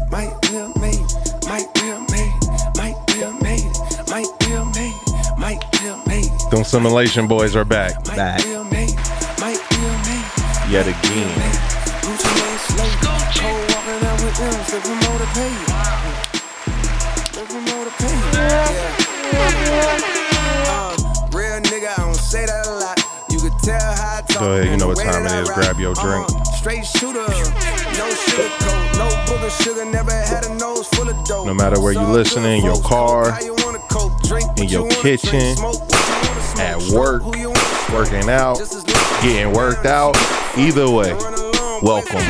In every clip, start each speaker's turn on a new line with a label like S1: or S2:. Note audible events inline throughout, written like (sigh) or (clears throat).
S1: will make it, might will make it, might will make it, might will make it, might will make it,
S2: Them simulation boys are back.
S1: might
S3: Back.
S1: will make it, might will make it.
S4: Yet again.
S1: Gucci man slave. Cold walking out with them, flip them all to pay you. Flip them all to pay you. Yeah. Uh, real nigga, I don't say that a lot. You could tell how I talk.
S2: Go ahead, you know what
S1: and the way
S2: time
S1: that
S2: it
S1: I
S2: is.
S1: rock.
S2: Grab your drink.
S1: Uh, straight shooter, no sugar coat, no booger sugar, never had a nose full of dope.
S2: No matter where you
S1: Saw
S2: listen, in
S1: good
S2: your
S1: folks,
S2: car,
S1: coke, how you wanna coke, drink what
S2: your
S1: you wanna drink,
S2: kitchen,
S1: smoke what you wanna smoke,
S2: at
S1: stroke
S2: work,
S1: who you wanna stroke.
S2: Working out,
S1: Just as long as
S2: getting
S1: you
S2: worked
S1: down,
S2: out. Either way,
S1: Run along,
S2: welcome.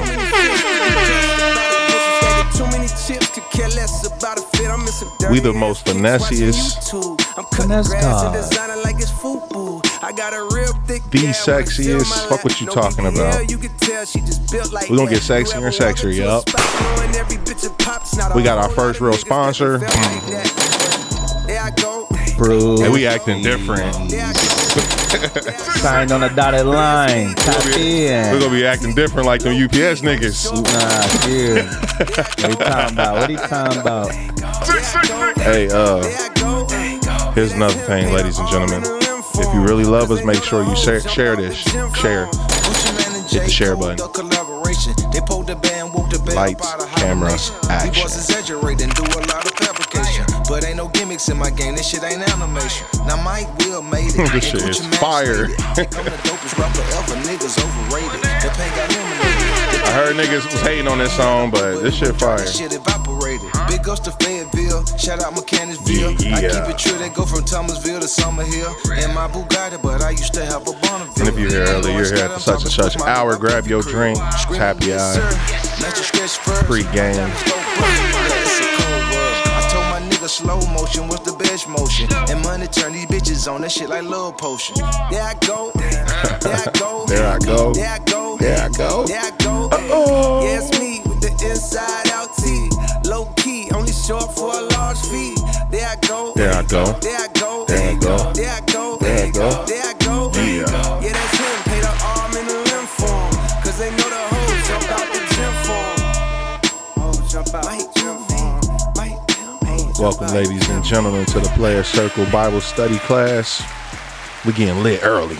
S1: Too many chips to care less about a fit. I'm missing
S2: We the most finessiest.
S1: I'm cutting
S3: Finesse
S1: grass and
S3: God.
S1: designing like it's fubu. I got a real thick
S2: The
S1: gab when I feel my
S2: sexiest. Fuck what you
S1: lap.
S2: talking
S1: No big
S2: about.
S1: deal, you can tell she just built like
S2: We gonna get
S1: that. You
S2: sexier
S1: ever
S2: and
S1: walk
S2: sexier,
S1: into a
S2: yup.
S1: spot knowing every bitch a pop's not
S2: We
S1: a
S2: got our
S1: whole
S2: first
S1: lot
S2: real
S1: of niggas that
S2: sponsor. (laughs)
S1: felt like that. There I go.
S3: Bro,
S2: And we acting different.
S1: There I go. There I go.
S3: signed on a dotted line. Tap
S2: We're
S3: in.
S2: gonna be acting different like them UPS niggas.
S3: Nah, dude. What you talking about? What are you talking about?
S2: Hey, uh,
S1: Here's another thing, ladies and gentlemen. If you really love us, make sure you share, share this. Share.
S2: Hit the share button.
S5: Lights,
S2: camera,
S5: We
S2: action.
S5: was exaggerating, do a lot of fabrication. But ain't no gimmicks in my game, this shit ain't animation. Now Mike Will made it.
S2: (laughs) This
S5: and
S2: shit
S5: Gucci
S2: is
S5: Mane
S2: fire.
S5: stated, "I'm the dopest rapper ever, niggas overrated. The pain got eliminated.
S2: I heard niggas was hating on this song, but this shit fire.
S5: This shit evaporated. Big ups to Fayetteville. Shout out Mechanicsville.
S2: Yeah,
S5: I
S2: yeah.
S5: keep it true. They go from Thomasville to Summerhill. In my Bugatti, but I used to have a Bonneville.
S2: And if you're here early, you're here at the such and such hour. Grab your drink. It's happy hour. Pre-game.
S5: I told my nigga slow motion was the best motion. And money turn these bitches on that shit like love potion.
S1: There I go. There I go.
S2: There I go.
S1: There I go.
S2: There I go. Oh.
S1: There I go.
S2: Uh-oh.
S1: Yeah, it's me with the inside out tee. Low key, only short for a large fee. There I go.
S2: There I go.
S1: There I go.
S2: There I go.
S1: There I go.
S2: There I go.
S1: There I go.
S2: Yeah.
S1: Yeah, that's him. Pay the arm and the limb for him. Cause they know the hoe jump out the gym for him. Oh, jump out the gym for him.
S2: Welcome, ladies and gentlemen, to the Player Circle Bible Study class. We getting lit early.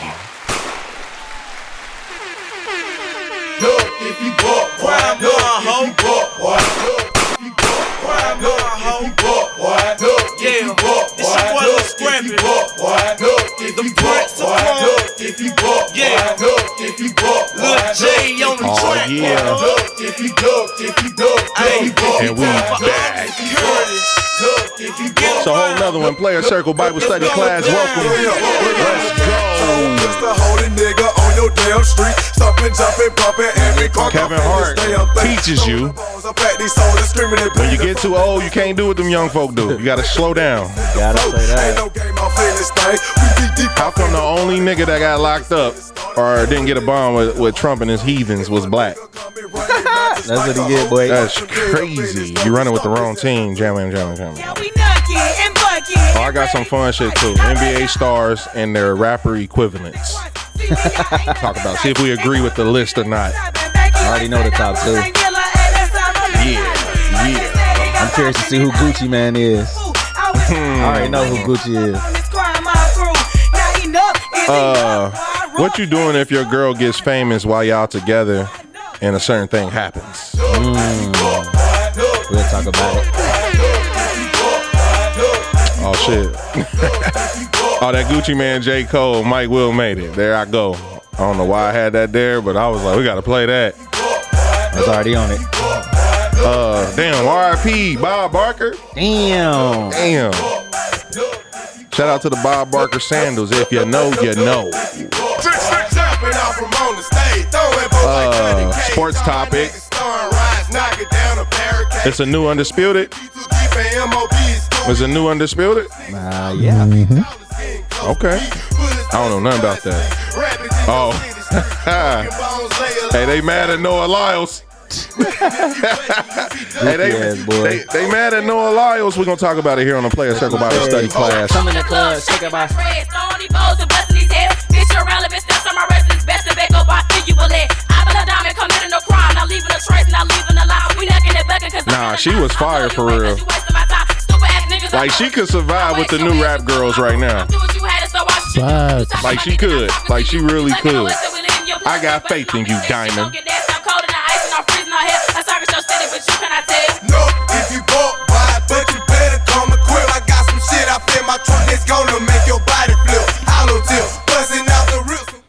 S6: Yeah, this your boy Lil Scrappy. The bricks are cold. Yeah, Lil J on the
S2: Oh
S6: track.
S2: yeah,
S6: Ayy,
S2: and we back.
S6: Curtis.
S2: It's a whole nother one. Player Circle Bible Study class. Welcome.
S7: Just a holy nigga on your damn street. Stopping, jumping, bumping, and we clock
S2: Kevin
S7: up in
S2: Hart
S7: this damn thing.
S2: teaches you.
S7: Balls up at these soldiers screaming and
S2: When you get too old, you can't do what them young folk do. You gotta slow down.
S3: Gotta say
S7: Ain't
S3: that.
S7: no game, I'm feeling this thing. We deep, deep.
S2: How come the only nigga that got locked up or didn't get a bond with, with Trump and his heathens was (laughs) black?
S3: (laughs)
S7: That's
S3: That's what he get, boy.
S2: That's crazy. You running with the wrong team. Jam, jam, jam, jam.
S8: Now we knocking and bucking.
S2: Oh, I got some fun shit too. NBA stars and their rapper equivalents.
S8: Talk
S2: about- see if we agree with the list or not.
S8: I
S3: already know the top two.
S8: Yeah, yeah.
S3: I'm curious to see who Gucci Man is.
S9: Hmm.
S8: I
S3: already know who Gucci is.
S2: Uh, what you doing if your girl gets famous while y'all together and a certain thing happens?
S3: We'll talk about it.
S2: Oh shit. (laughs) oh, that Gucci man, J. Cole, Mike Will made it. There I go. I don't know why I had that there, but I was like, we gotta play that.
S3: I was already on it.
S2: Uh, damn, RIP, Bob Barker.
S3: Damn.
S2: Damn. Shout out to the Bob Barker sandals. If you know, you know. Uh, sports topic. It's a new undisputed. It's a new undisputed.
S3: Uh, yeah.
S2: Okay. I don't know nothing about that. Oh. (laughs) hey, they mad at Noah Lyles. (laughs) hey, they,
S3: Goofy ass boy.
S2: they, they mad at Noah Lyles. We're gonna talk about it here on the Player Circle Bible Study class.
S3: Come in the club, shake it by.
S2: Nah,
S8: She was fire for real. Like she could survive with the new rap girls right now.
S2: Facts.
S8: Like she could. Like she really could. I got faith in you, Diamond.
S7: No, if you bought wide, but you better call me quick. I got some shit I in my trunk that's gonna make your body flip. Hollow tip, busting out the ribs.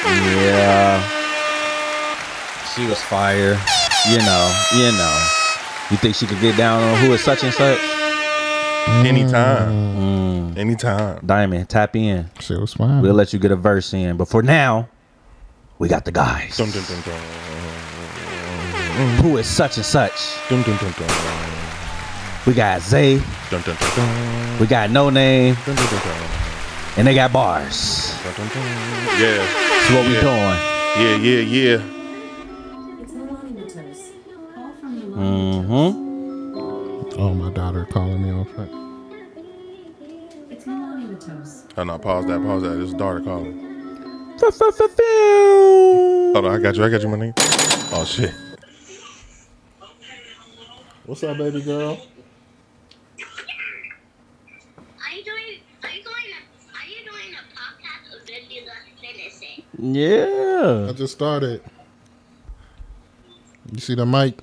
S3: Yeah. She was fire. You know, you know. You think she could get down on who is such and such?
S2: Anytime. Anytime.
S3: Diamond, tap in.
S4: Shit was fine.
S3: We'll let you get a verse in. But for now, we got the guys.
S2: Dum, dum, dum, dum.
S3: Who is such and such?
S2: Dum, dum, dum, dum.
S3: We got Zay,
S2: Dum, dum, dum, dum.
S3: we got No Name,
S2: Dum, dum, dum, dum.
S3: and they got bars.
S2: Dum, dum, dum. Yeah.
S3: That's what we
S2: Yeah.
S3: doing.
S2: Yeah, yeah, yeah. Mm.
S3: Mm-hmm.
S4: Oh, my daughter calling me on phone.
S2: Oh no, pause that, pause that. This is daughter calling. Hold on, I got you, I got you, my nigga. Oh shit. What's up, baby girl?
S10: Are you doing? Are you going? A, are you doing a podcast or did you just finish it?
S3: Yeah.
S4: I just started. You see the mic?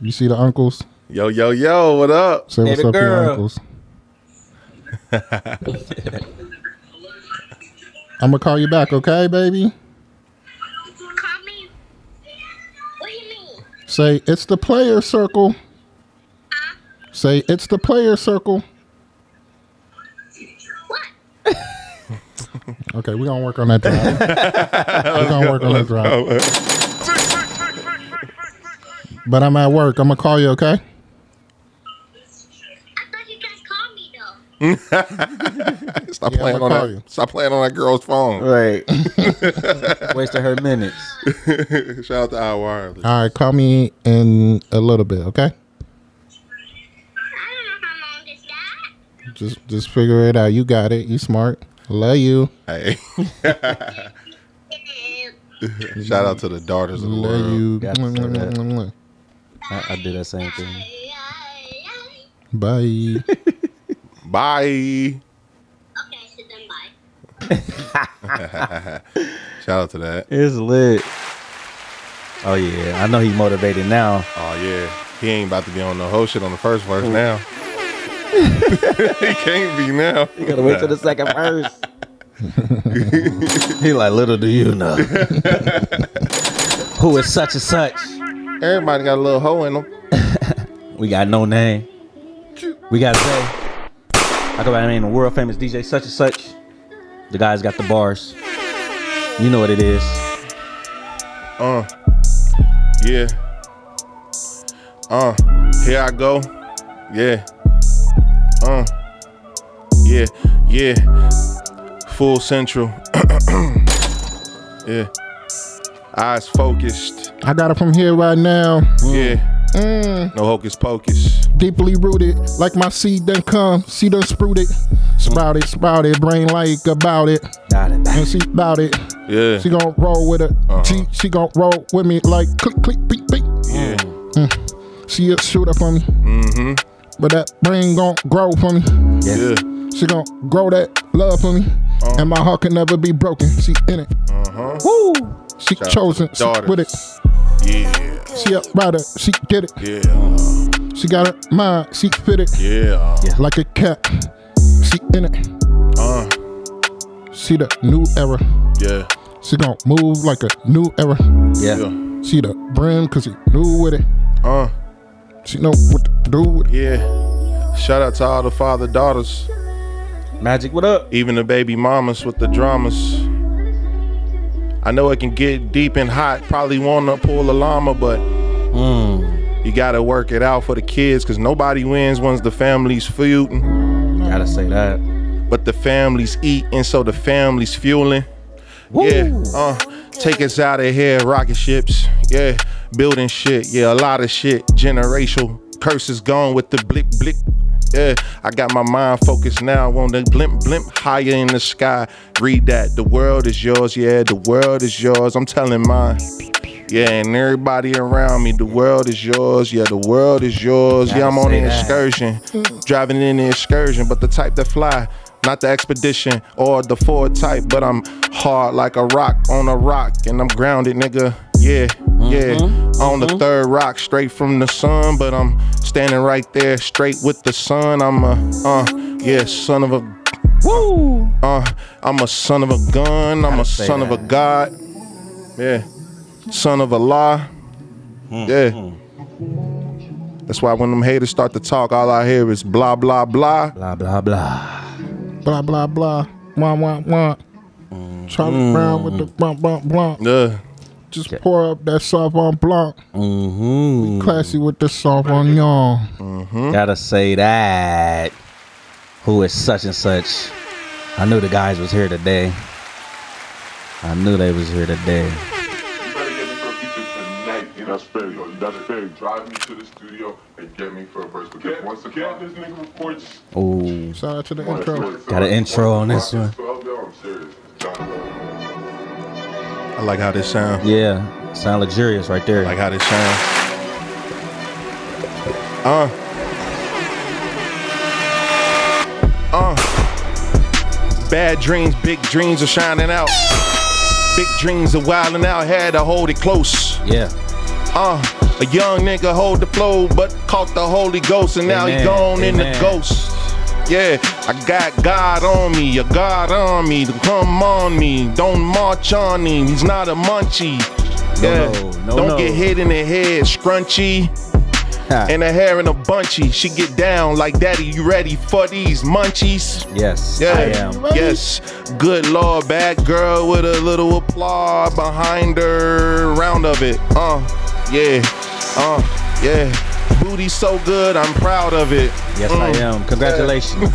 S4: You see the uncles?
S2: Yo, yo, yo, what up?
S4: Say what's
S3: Baby
S4: up, to your
S3: girl.
S4: uncles. I'm gonna call you back, okay, baby?
S10: Call me. What do you mean?
S4: Say it's the player circle. Say it's the player circle.
S10: What?
S4: Okay, we're gonna work on that drive. we're gonna work on that drive.
S2: Oh, uh,
S4: But I'm at work. I'm gonna call you, okay?
S10: I thought you guys called me though.
S2: Stop
S4: Yeah,
S2: playing
S4: I'ma
S2: on
S4: call
S2: that.
S4: you.
S2: Stop playing on that girl's phone.
S4: (laughs)
S3: Right. Wasted her minutes.
S2: (laughs)
S4: Uh,
S2: Shout out to our wireless.
S4: All right, call me in a little bit,
S10: I
S4: okay?
S10: don't know how long this got.
S4: Just just figure it out. You got it. You smart. Love you.
S2: Hey,
S10: Eh,
S2: (laughs) shout out to the daughters of the
S4: Love
S2: world.
S4: you.
S3: Gotta say that. I, I do that same thing.
S4: Bye.
S2: Bye.
S10: Okay, so then bye.
S2: Shout out to that.
S3: It's lit. Oh yeah, I know he motivated now.
S2: Oh yeah, he ain't about to be on no whole shit on the first verse
S4: Mm.
S2: now. (laughs) he can't be now.
S4: (laughs)
S3: You gotta wait till the second verse. (laughs) he like, little do you know who is such and such.
S2: Everybody got a little hoe in them.
S3: We got no name. We got Zay. I go by the name of world famous DJ such and such. The guy's got the bars. You know what it is.
S2: Uh, yeah. Uh, here I go. Yeah. Uh, yeah, yeah. Full central. (clears throat) yeah. Eyes focused.
S4: I got it from here right now.
S2: Yeah. No hocus pocus.
S4: Deeply rooted, like my seed done come, seed done sprouted, sprouted, sprouted, brain like about it,
S3: Got it.
S4: and she about it.
S2: Yeah.
S4: She gon' roll with it. She she gon' roll with me like click click beep beep.
S2: Yeah.
S4: She a shooter for me. Mm-hmm. But that brain gon' grow for me.
S2: Yeah.
S4: She gon' grow that love for me. And my heart can never be broken. She in it.
S3: Woo!
S4: She
S2: out to
S4: chosen.
S2: the
S4: She
S2: daughters.
S4: with it.
S2: Yeah.
S4: She a rider. She get it.
S2: Yeah.
S4: She got her mind. She fit it.
S2: Yeah.
S4: like a cat. She in it.
S2: Uh.
S4: She the new era.
S2: Yeah.
S4: She gon' move like a new era.
S3: Yeah.
S2: Yeah.
S4: She the brand cause she new with it.
S2: Uh.
S4: She know what to do with it.
S2: Yeah. Shout out to all the father daughters,
S3: Magic, what up?
S2: even the baby mamas with the dramas. I know it can get deep and hot. Probably wanna pull a llama, but you gotta work it out for the kids, cause nobody wins once the family's feuding.
S3: Gotta say that.
S2: But the family's eating, so the family's fueling.
S3: Woo!
S2: Yeah, uh, take us out of here, rocket ships. Yeah, building shit. Yeah, a lot of shit. Generational curses gone with the blick blick. Yeah, I got my mind focused now on the blimp blimp higher in the sky. Read that. The world is yours. Yeah, the world is yours. I'm telling mine. Yeah, and everybody around me, the world is yours. Yeah, the world is yours. Yeah, I'm
S3: Gotta
S2: on
S3: say
S2: an
S3: that.
S2: excursion, driving in the excursion, but the type that fly, not the expedition or the Ford type, but I'm hard like a rock on a rock, and I'm grounded, nigga. Yeah, yeah,
S3: Mm-hmm.
S2: on the third rock, straight from the sun, but I'm standing right there, straight with the sun. I'm a, uh, yeah, son of a
S3: Woo!
S2: uh, I'm a son of a gun. I'm a
S3: say
S2: son of
S3: that.
S2: a god. Yeah. Son of a law.
S3: Hmm,
S2: Yeah. That's why when them haters start to talk, all I hear is blah, blah, blah.
S3: Blah blah blah.
S4: Blah blah blah. Wah wah wah. Charlie Brown with the bump bump blunt.
S2: Yeah.
S4: Just pour up that soft on blunt.
S3: Mm-hmm.
S4: Classy with the soft on y'all.
S2: Mm-hmm.
S3: Gotta say that. Who is such and such? I knew the guys was here today. I knew they was here today.
S6: You better get me for a feature tonight. You know? That's fair, yo. That's fair. Drive me to the studio and get me for a verse. Because get, once get this nigga reports.
S3: Oh,
S4: Shout out to the intro.
S3: Got an intro on this one.
S6: I'm serious. John,
S2: I like how this sound.
S3: yeah. Sound luxurious right there.
S2: I like how this sound. Uh. Uh. Bad dreams, big dreams are shining out. Big dreams are wilding out. Had to hold it close.
S3: yeah.
S2: Uh, a young nigga hold the flow, but caught the Holy Ghost, and now
S3: Amen.
S2: he gone in the
S3: Amen.
S2: ghost. Yeah, I got God on me, a God on me, to come on me. Don't march on him, he's not a munchie.
S3: No,
S2: Yeah,
S3: no, no,
S2: don't
S3: no.
S2: get hit in the head, scrunchy. And a hair in a bunchy, she get down like daddy. You ready for these munchies?
S3: yes,
S2: Yeah.
S3: I am.
S2: Yes. Good lord, bad girl with a little applause behind her. Round of it. Uh, yeah. Uh, yeah. Booty so good, I'm proud of it. Mm.
S3: Yes, I am. Congratulations.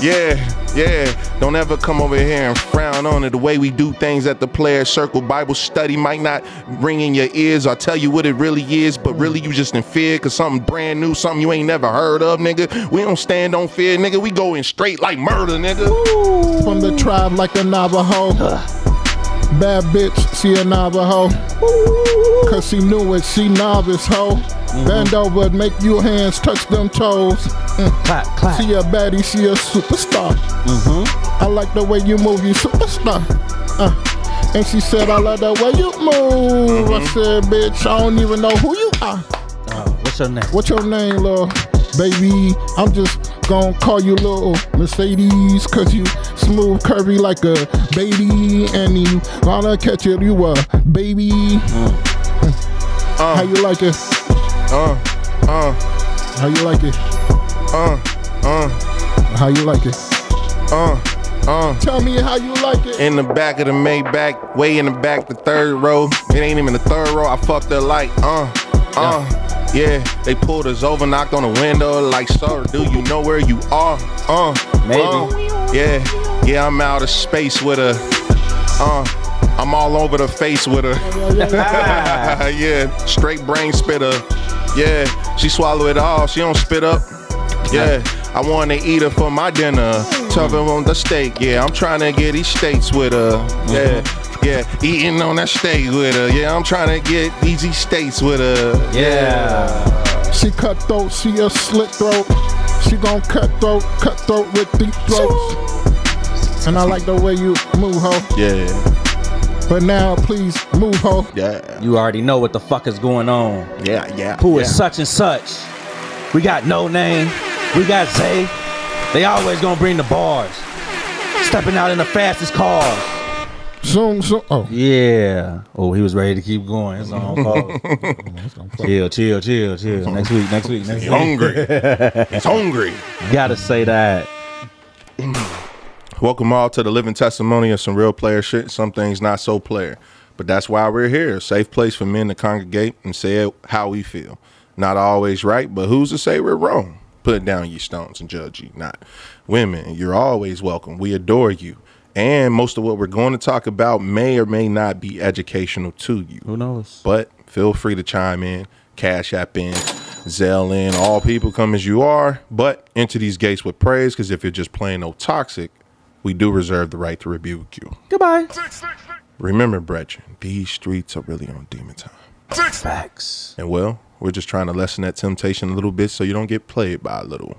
S2: Yeah, yeah. Don't ever come over here and frown on it. The way we do things at the player circle Bible study might not ring in your ears or tell you what it really is, but really you just in fear because something brand new, something you ain't never heard of, nigga. We don't stand on fear, nigga. We going straight like murder, nigga.
S4: From the tribe like a Navajo. Bad bitch, she a Navajo. Cause she knew it, she novice hoe. Bend over, make your hands touch them toes.
S3: clap, clap.
S4: She a baddie, she a superstar. I like the way you move, you superstar. Uh, and she said, I love the way you move. I said, bitch, I don't even know who you are.
S3: Oh, what's your name?
S4: What's your name, little baby? I'm just gonna call you little Mercedes, cause you smooth, curvy like a baby, and you wanna catch it, you a baby. How you like it?
S2: Uh, uh,
S4: How you like it?
S2: uh, uh,
S4: How you like it?
S2: uh, uh.
S4: Tell me how you like it.
S2: In the back of the Maybach, way in the back, the third row. It ain't even the third row. I fucked her like, uh, uh, yeah. They pulled us over, knocked on the window, like, sir, do you know where you are? Uh,
S3: Maybe.
S2: uh, yeah, yeah. I'm out of space with her. Uh, I'm all over the face with her. (laughs) yeah, straight brain spitter. Yeah, she swallow it all. She don't spit up. Yeah, I want to eat her for my dinner. Tough her on the steak. Yeah, I'm trying to get these steaks with her. Yeah. Yeah, eating on that steak with her. Yeah, I'm trying to get easy steaks with her.
S3: Yeah.
S4: She cutthroat, she a slit throat. She gon' cutthroat, cutthroat with deep throats. And I like the way you move, ho.
S2: Yeah,
S4: But now, please move, ho.
S2: yeah,
S3: You already know what the fuck is going on.
S2: yeah, yeah.
S3: Who is such and such? We got no name. We got Zay. They always gonna bring the bars. Stepping out in the fastest cars.
S4: Zoom, zoom. Oh.
S3: Yeah. Oh, he was ready to keep going. It's on pause. (laughs) chill, chill, chill, chill. Next week, next week, next week.
S2: hungry?
S4: (laughs)
S2: It's hungry.
S3: Gotta say that.
S2: Welcome all to the living testimony of some real player shit. Some things not so player, but that's why we're here. A safe place for men to congregate and say how we feel. Not always right, but who's to say we're wrong? Put down your stones and judge you not. Women, you're always welcome. We adore you. And most of what we're going to talk about may or may not be educational to you.
S3: Who knows?
S2: But feel free to chime in, cash app in, Zelle in. All people come as you are, but enter these gates with praise because if you're just plain old toxic, we do reserve the right to rebuke you.
S3: Goodbye.
S2: Remember, brethren, these streets are really on demon time.
S3: Facts.
S2: And well, we're just trying to lessen that temptation a little bit so you don't get played by a little.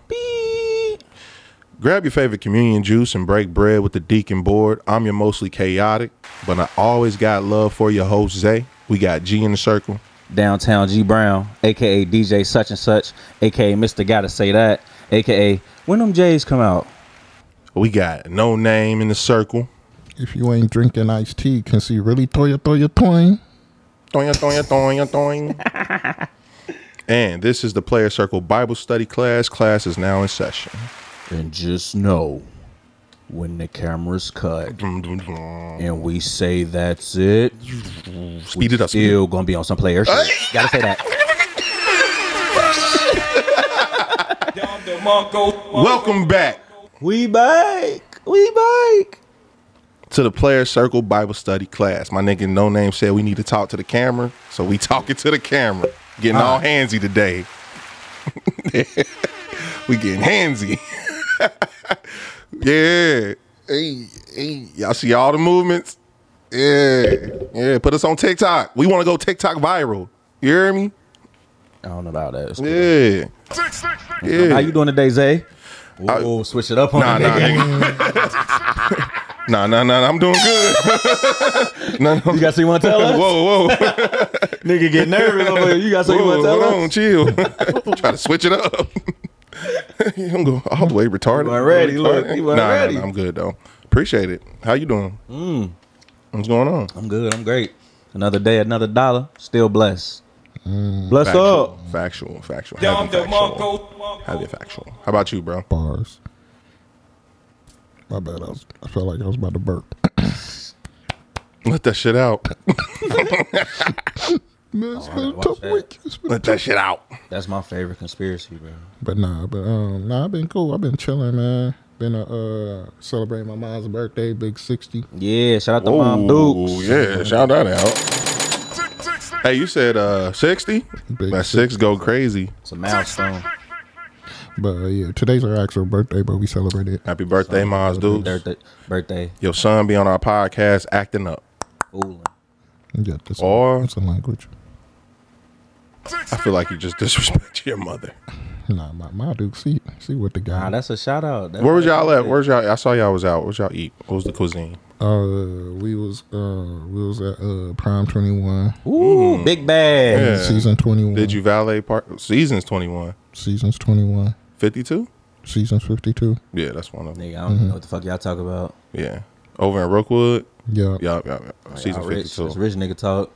S2: Grab your favorite communion juice and break bread with the deacon board. I'm your mostly chaotic, but I always got love for your Jose. We got G in the circle.
S3: Downtown G Brown, aka DJ such and such, aka Mr. Gotta Say That, aka when them J's come out.
S2: We got no name in the circle.
S4: If you ain't drinking iced tea, can see really throw your throw your twine.
S2: Doing, doing, doing, doing.
S3: (laughs)
S2: and this is the Player Circle Bible Study class. Class is now in session.
S3: And just know when the camera's cut and we say that's it,
S2: Speed it up. Speed it
S3: still gonna be on some players. Gotta say that. (laughs)
S2: up. Welcome back
S3: We bike. We bike.
S2: to the Player Circle Bible Study class. My nigga No Name said we need to talk to the camera, so we (laughs) talking to the camera. Getting all handsy today. (laughs) we getting handsy. (laughs) yeah. Hey, hey. Y'all see all the movements? Yeah. Yeah. Put us on TikTok. We want to go TikTok viral. You hear me?
S3: I don't know about that.
S2: Yeah.
S3: How
S2: Yeah.
S3: you doing today, Zay? Oh, switch it up on
S2: Nah,
S3: the
S2: nah,
S3: nigga.
S2: nigga. (laughs) nah, nah, nah. I'm doing good. (laughs) nah, nah.
S3: (laughs) You got something you want to tell us?
S2: Whoa, whoa.
S3: Nigga get nervous over here. You got something
S2: Whoa,
S3: you want to
S2: hold
S3: tell
S2: on,
S3: us?
S2: chill. Try to switch it up. (laughs) I'm going all the way retarded.
S3: weren't ready, look,
S2: Retarded.
S3: you weren't
S2: Nah, nah,
S3: ready. Mm.
S2: nah, I'm good though. Appreciate it. How you doing? What's going on?
S3: I'm good. I'm great. Another day, another dollar. Still blessed.
S2: Mm.
S3: Bless
S2: Factual,
S3: up.
S2: factual, factual. Have it factual. Have it factual. How about you, bro?
S4: Bars. My bad. I, was, I felt like I was about to burp.
S2: Let that shit
S4: (laughs)
S2: out.
S4: Man, it's been a
S3: watch
S4: tough
S3: that.
S4: week. It's been-
S2: Let that shit out.
S3: That's my favorite conspiracy, bro.
S4: But nah, but um, nah, I've been cool. I've been chilling, man. Been uh, uh celebrating my mom's birthday, big sixty.
S3: Yeah, shout out to Mom
S2: Oh
S3: Dukes.
S2: yeah, shout that out. Hey, you said uh sixty.
S4: Big
S2: That six go crazy.
S3: It's a milestone.
S4: But uh, yeah, today's her actual birthday, but we celebrated.
S2: Happy birthday, Mars Dudes.
S3: Birthday. birthday.
S2: Your son be on our podcast acting up.
S3: Ooh.
S4: Yeah, that's
S2: Or-
S4: that's a language.
S2: I feel like you just (laughs) disrespect your mother.
S4: Nah, my, my dude, see see what the guy.
S3: Nah, that's a shout out. That-
S2: Where was y'all at? Where's y'all? I saw y'all was out. Where's y'all eat? What was the cuisine?
S4: uh, we was uh we was at uh prime twenty one
S3: Ooh, big bag.
S2: Mm. Yeah.
S4: season twenty one.
S2: Did you valet part? Seasons 21.
S4: seasons twenty one
S2: 52?
S4: seasons fifty two?
S2: Yeah, that's one of them.
S3: Nigga, I don't know what the fuck y'all talk about.
S2: Yeah. Over in Rookwood.
S4: Yeah,
S2: Yup, yup, yup. Season
S3: Y'all rich.
S2: 52.
S3: It's rich nigga talk.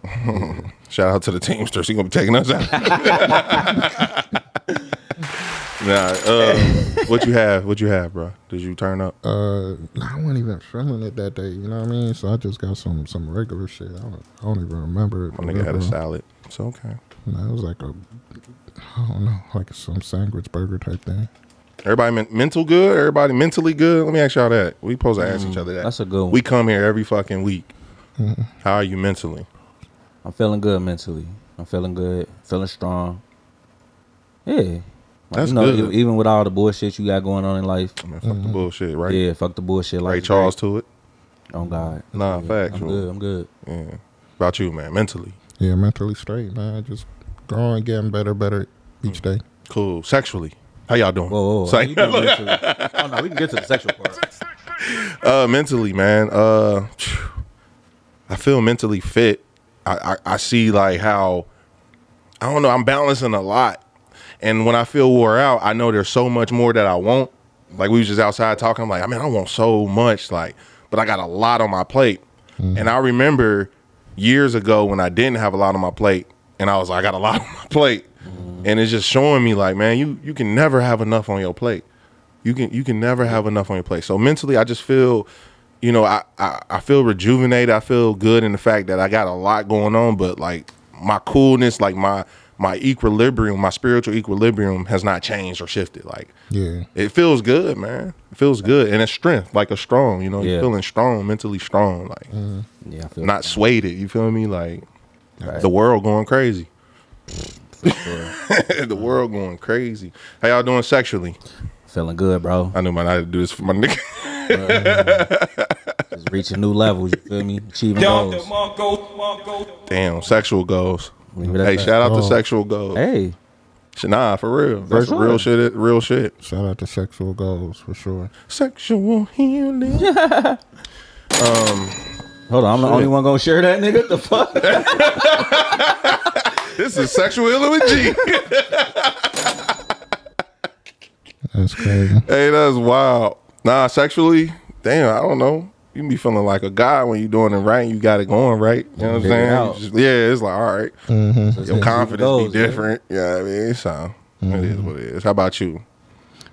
S2: Shout out to the Teamster. She going to be taking us
S3: (laughs)
S2: out. nah, uh, what you have? What you have, bro? Did you turn up? Oh,
S4: Uh, I wasn't even feeling it that day. You know what I mean? So I just got some some regular shit. I don't, I don't even remember it.
S2: My nigga had a
S3: Mm-hmm.
S4: Whatever.
S2: salad. It's okay.
S4: No, it was like a, I don't know, like some sandwich burger type thing.
S2: Everybody men- mental good? Everybody mentally good? Let me ask y'all that. We supposed to ask each other that.
S3: Mm-hmm. That's a good one. Mm-hmm.
S2: We come here every fucking week. How are you mentally?
S3: I'm feeling good mentally. I'm feeling good. Feeling strong. Yeah. Like,
S2: That's
S3: you know,
S2: good.
S3: e- even with all the bullshit you got going on in life.
S2: Man, fuck the bullshit, right?
S3: Mm-hmm. Yeah, fuck the bullshit. Like
S2: Ray Charles to it.
S3: Oh God.
S2: Nah,
S3: I'm good.
S2: factual.
S3: I'm good. I'm good.
S2: Yeah. About you, man. Mentally.
S4: Yeah, mentally straight, man. Just growing, Oh, getting better, better each day.
S2: Cool. Sexually. How y'all doing?
S3: Whoa, whoa. whoa.
S2: It's like- (laughs)
S3: You doing mentally- oh no, we can get to the sexual part.
S2: uh, mentally, man. Uh, phew, I feel mentally fit. I, I I see like how I don't know. I'm balancing a lot, and when I feel wore out, I know there's so much more that I want. Like we was just outside talking. I'm like, I mean, I want so much. Like, but I got a lot on my plate, and I remember years ago when I didn't have a lot on my plate, and I was like, I got a lot on my plate, and it's just showing me like, man, you you can never have enough on your plate you can you can never have enough on your plate. So mentally, I just feel, you know, I, I I feel rejuvenated. I feel good in the fact that I got a lot going on, but like my coolness, like my my equilibrium, my spiritual equilibrium has not changed or shifted. Like
S4: Yeah.
S2: it feels good, man. It feels good, and it's strength, like a strong. You know,
S3: Yeah.
S2: you're feeling strong, mentally strong, like
S3: Yeah, I feel
S2: not swayed. You feel me? Like the world going crazy. (laughs) the world going crazy. How y'all doing sexually?
S3: feeling good, bro.
S2: I knew man, I had to do this for my nigga. (laughs)
S3: Just reaching new levels. You feel
S2: (laughs)
S3: me? Achieving
S6: Dr.
S3: goals.
S6: Monko, Monko.
S2: Damn, sexual goals.
S3: Leave it at
S2: Hey,
S3: that.
S2: shout out to
S4: Oh.
S2: sexual goals.
S3: Hey,
S2: Nah, for real.
S3: For
S2: That's
S3: sure.
S2: real shit. Real shit.
S4: Shout out to sexual goals for sure.
S2: Sexual healing.
S3: hold on. I'm the only one gonna share that nigga. What the
S2: (laughs)
S3: fuck?
S2: This is sexual healing with
S3: (laughs)
S2: G.
S4: That's crazy.
S2: hey, that's wild. Nah, sexually, damn, I don't know. You be feeling like a guy when you doing it right and you got it going right. You know what I'm
S3: Dig it
S2: saying?
S3: out.
S2: You just- yeah, it's like, all right.
S4: Mm-hmm.
S2: Your confidence
S3: Goals,
S2: be
S3: yeah.
S2: different. Yeah, I mean, so it is what it is. How about you?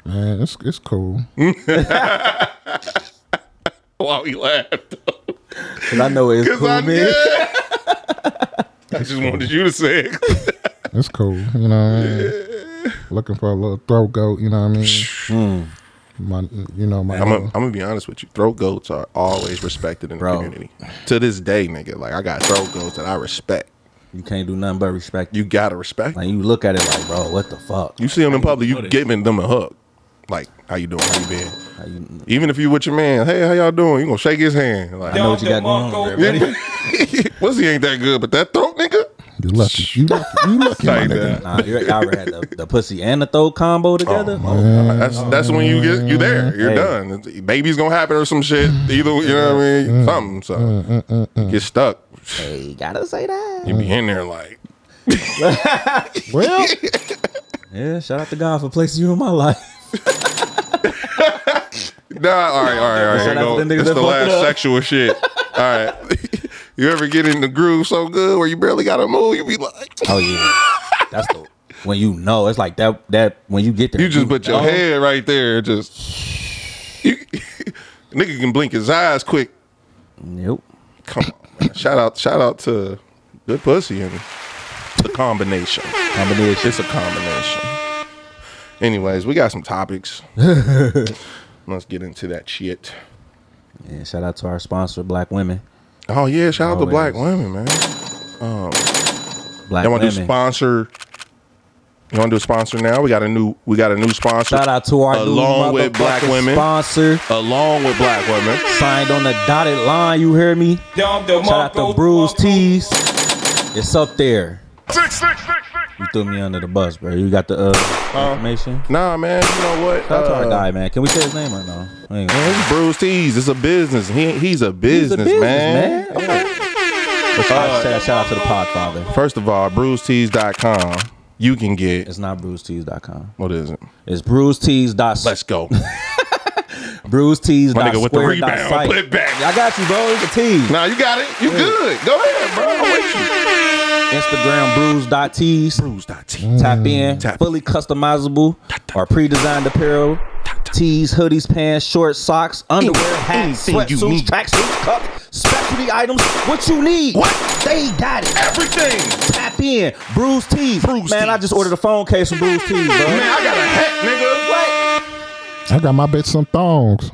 S4: Man, it's
S2: (laughs)
S4: it's cool.
S2: While we laughed.
S3: Cause I know it's cool,
S2: I,
S3: man.
S4: (laughs)
S2: yeah. I just wanted you to say it.
S4: It's cool. You know what I mean? Looking for a little throat goat, you know what I mean? My you know, my
S2: I'm gonna I'm gonna be honest with you. Throat goats are always respected in the
S3: Bro.
S2: community. To this day, nigga, like I got throat goats that I respect.
S3: You can't do nothing but respect.
S2: You gotta respect.
S3: Like you look at it like, bro, what the fuck?
S2: You see them in public, you giving them a hug. Like, how you doing? How you been?
S3: How you,
S2: Even if you with your man, hey, how y'all doing? You gonna shake his hand? Like,
S3: I know what
S6: Dr.
S3: you got going
S6: Monko.
S3: on. Ready?
S2: (laughs) pussy ain't that good, but that throat, nigga.
S4: you lucky. You lucky you lucky my
S2: Like
S4: nigga.
S2: that.
S3: Nah, you y'all ever had the, the pussy and the throat
S2: Oh,
S3: combo together? Oh,
S2: That's that's when you get you there. You're
S3: Hey.
S2: done. Baby's gonna happen or some shit. Either you know what I
S3: Mm-hmm.
S2: mean. Something. So you get stuck.
S3: Hey, gotta say that.
S2: You be in there like.
S4: Well
S3: Yeah, shout out to God for placing you in my life.
S2: Nah, all right, all right, all right. Here
S3: Shout out
S2: go.
S3: to them niggas
S2: It's
S3: that
S2: the
S3: fucked
S2: last
S3: it up.
S2: sexual
S3: (laughs)
S2: shit. All right. (laughs) you ever get in the groove so good where you barely got to move? You be like,
S3: Oh yeah, that's the when you know it's like that. That when you get there,
S2: you just put your
S3: know.
S2: head right there. and Just you, (laughs) nigga can blink his eyes quick.
S3: Nope.
S2: Come on, man. shout out, shout out to good pussy and the combination.
S3: Combination.
S2: It's a combination. Anyways, we got some (laughs) topics. Let's get into that shit.
S3: Yeah, shout out to our sponsor, Black Women.
S2: Oh yeah, shout out to black women, man.
S3: Black
S2: Y'all want to
S3: Women.
S2: do sponsor? You want to do sponsor now? We got a new. We got a new sponsor.
S3: shout out to our
S2: along
S3: new
S2: with black
S3: motherfucking
S2: women.
S3: sponsor.
S2: Along with black women.
S3: Signed on the dotted line. You hear me?
S6: Dr. Monko.
S3: Shout out to Bruise Tees. It's up there. You threw me under the bus, bro. You got the uh, information.
S2: Nah, man. You know what?
S3: Shout out to our
S2: Uh,
S3: guy, man. Can we say his name right now? I ain't-
S2: Man, it's Bruce Tees. It's a business. He, he's a business, man.
S3: Let's shout, shout out to the Podfather.
S2: First of all, BruceTees.com. You can get
S3: It's not bruisetees.com.
S2: what is it?
S3: It's bruisetees.
S2: Let's
S3: (laughs)
S2: go.
S3: bruisetees.
S2: My nigga with the rebound. Put it back.
S3: I got you, bro. It's a tease.
S2: nah, you got it. You good. Go ahead, bro. I'm with you.
S3: Instagram bruise.tees.
S2: Bruce.tees.
S3: Tap in.
S2: Tap.
S3: Fully customizable or pre-designed apparel. Tees, hoodies, pants, shorts, socks, underwear, hats,
S2: anything you
S3: sweatsuits,
S2: need.
S3: tracksuits, cups, specialty items. What you need?
S2: What?
S3: They got it.
S2: Everything.
S3: Tap in. Bruise Tees.
S2: Bruise
S3: Man, I
S2: Tees.
S3: just ordered a phone case from Bruise Tees, bro.
S2: Man, I got a hat, nigga. What?
S4: I got my bitch some thongs.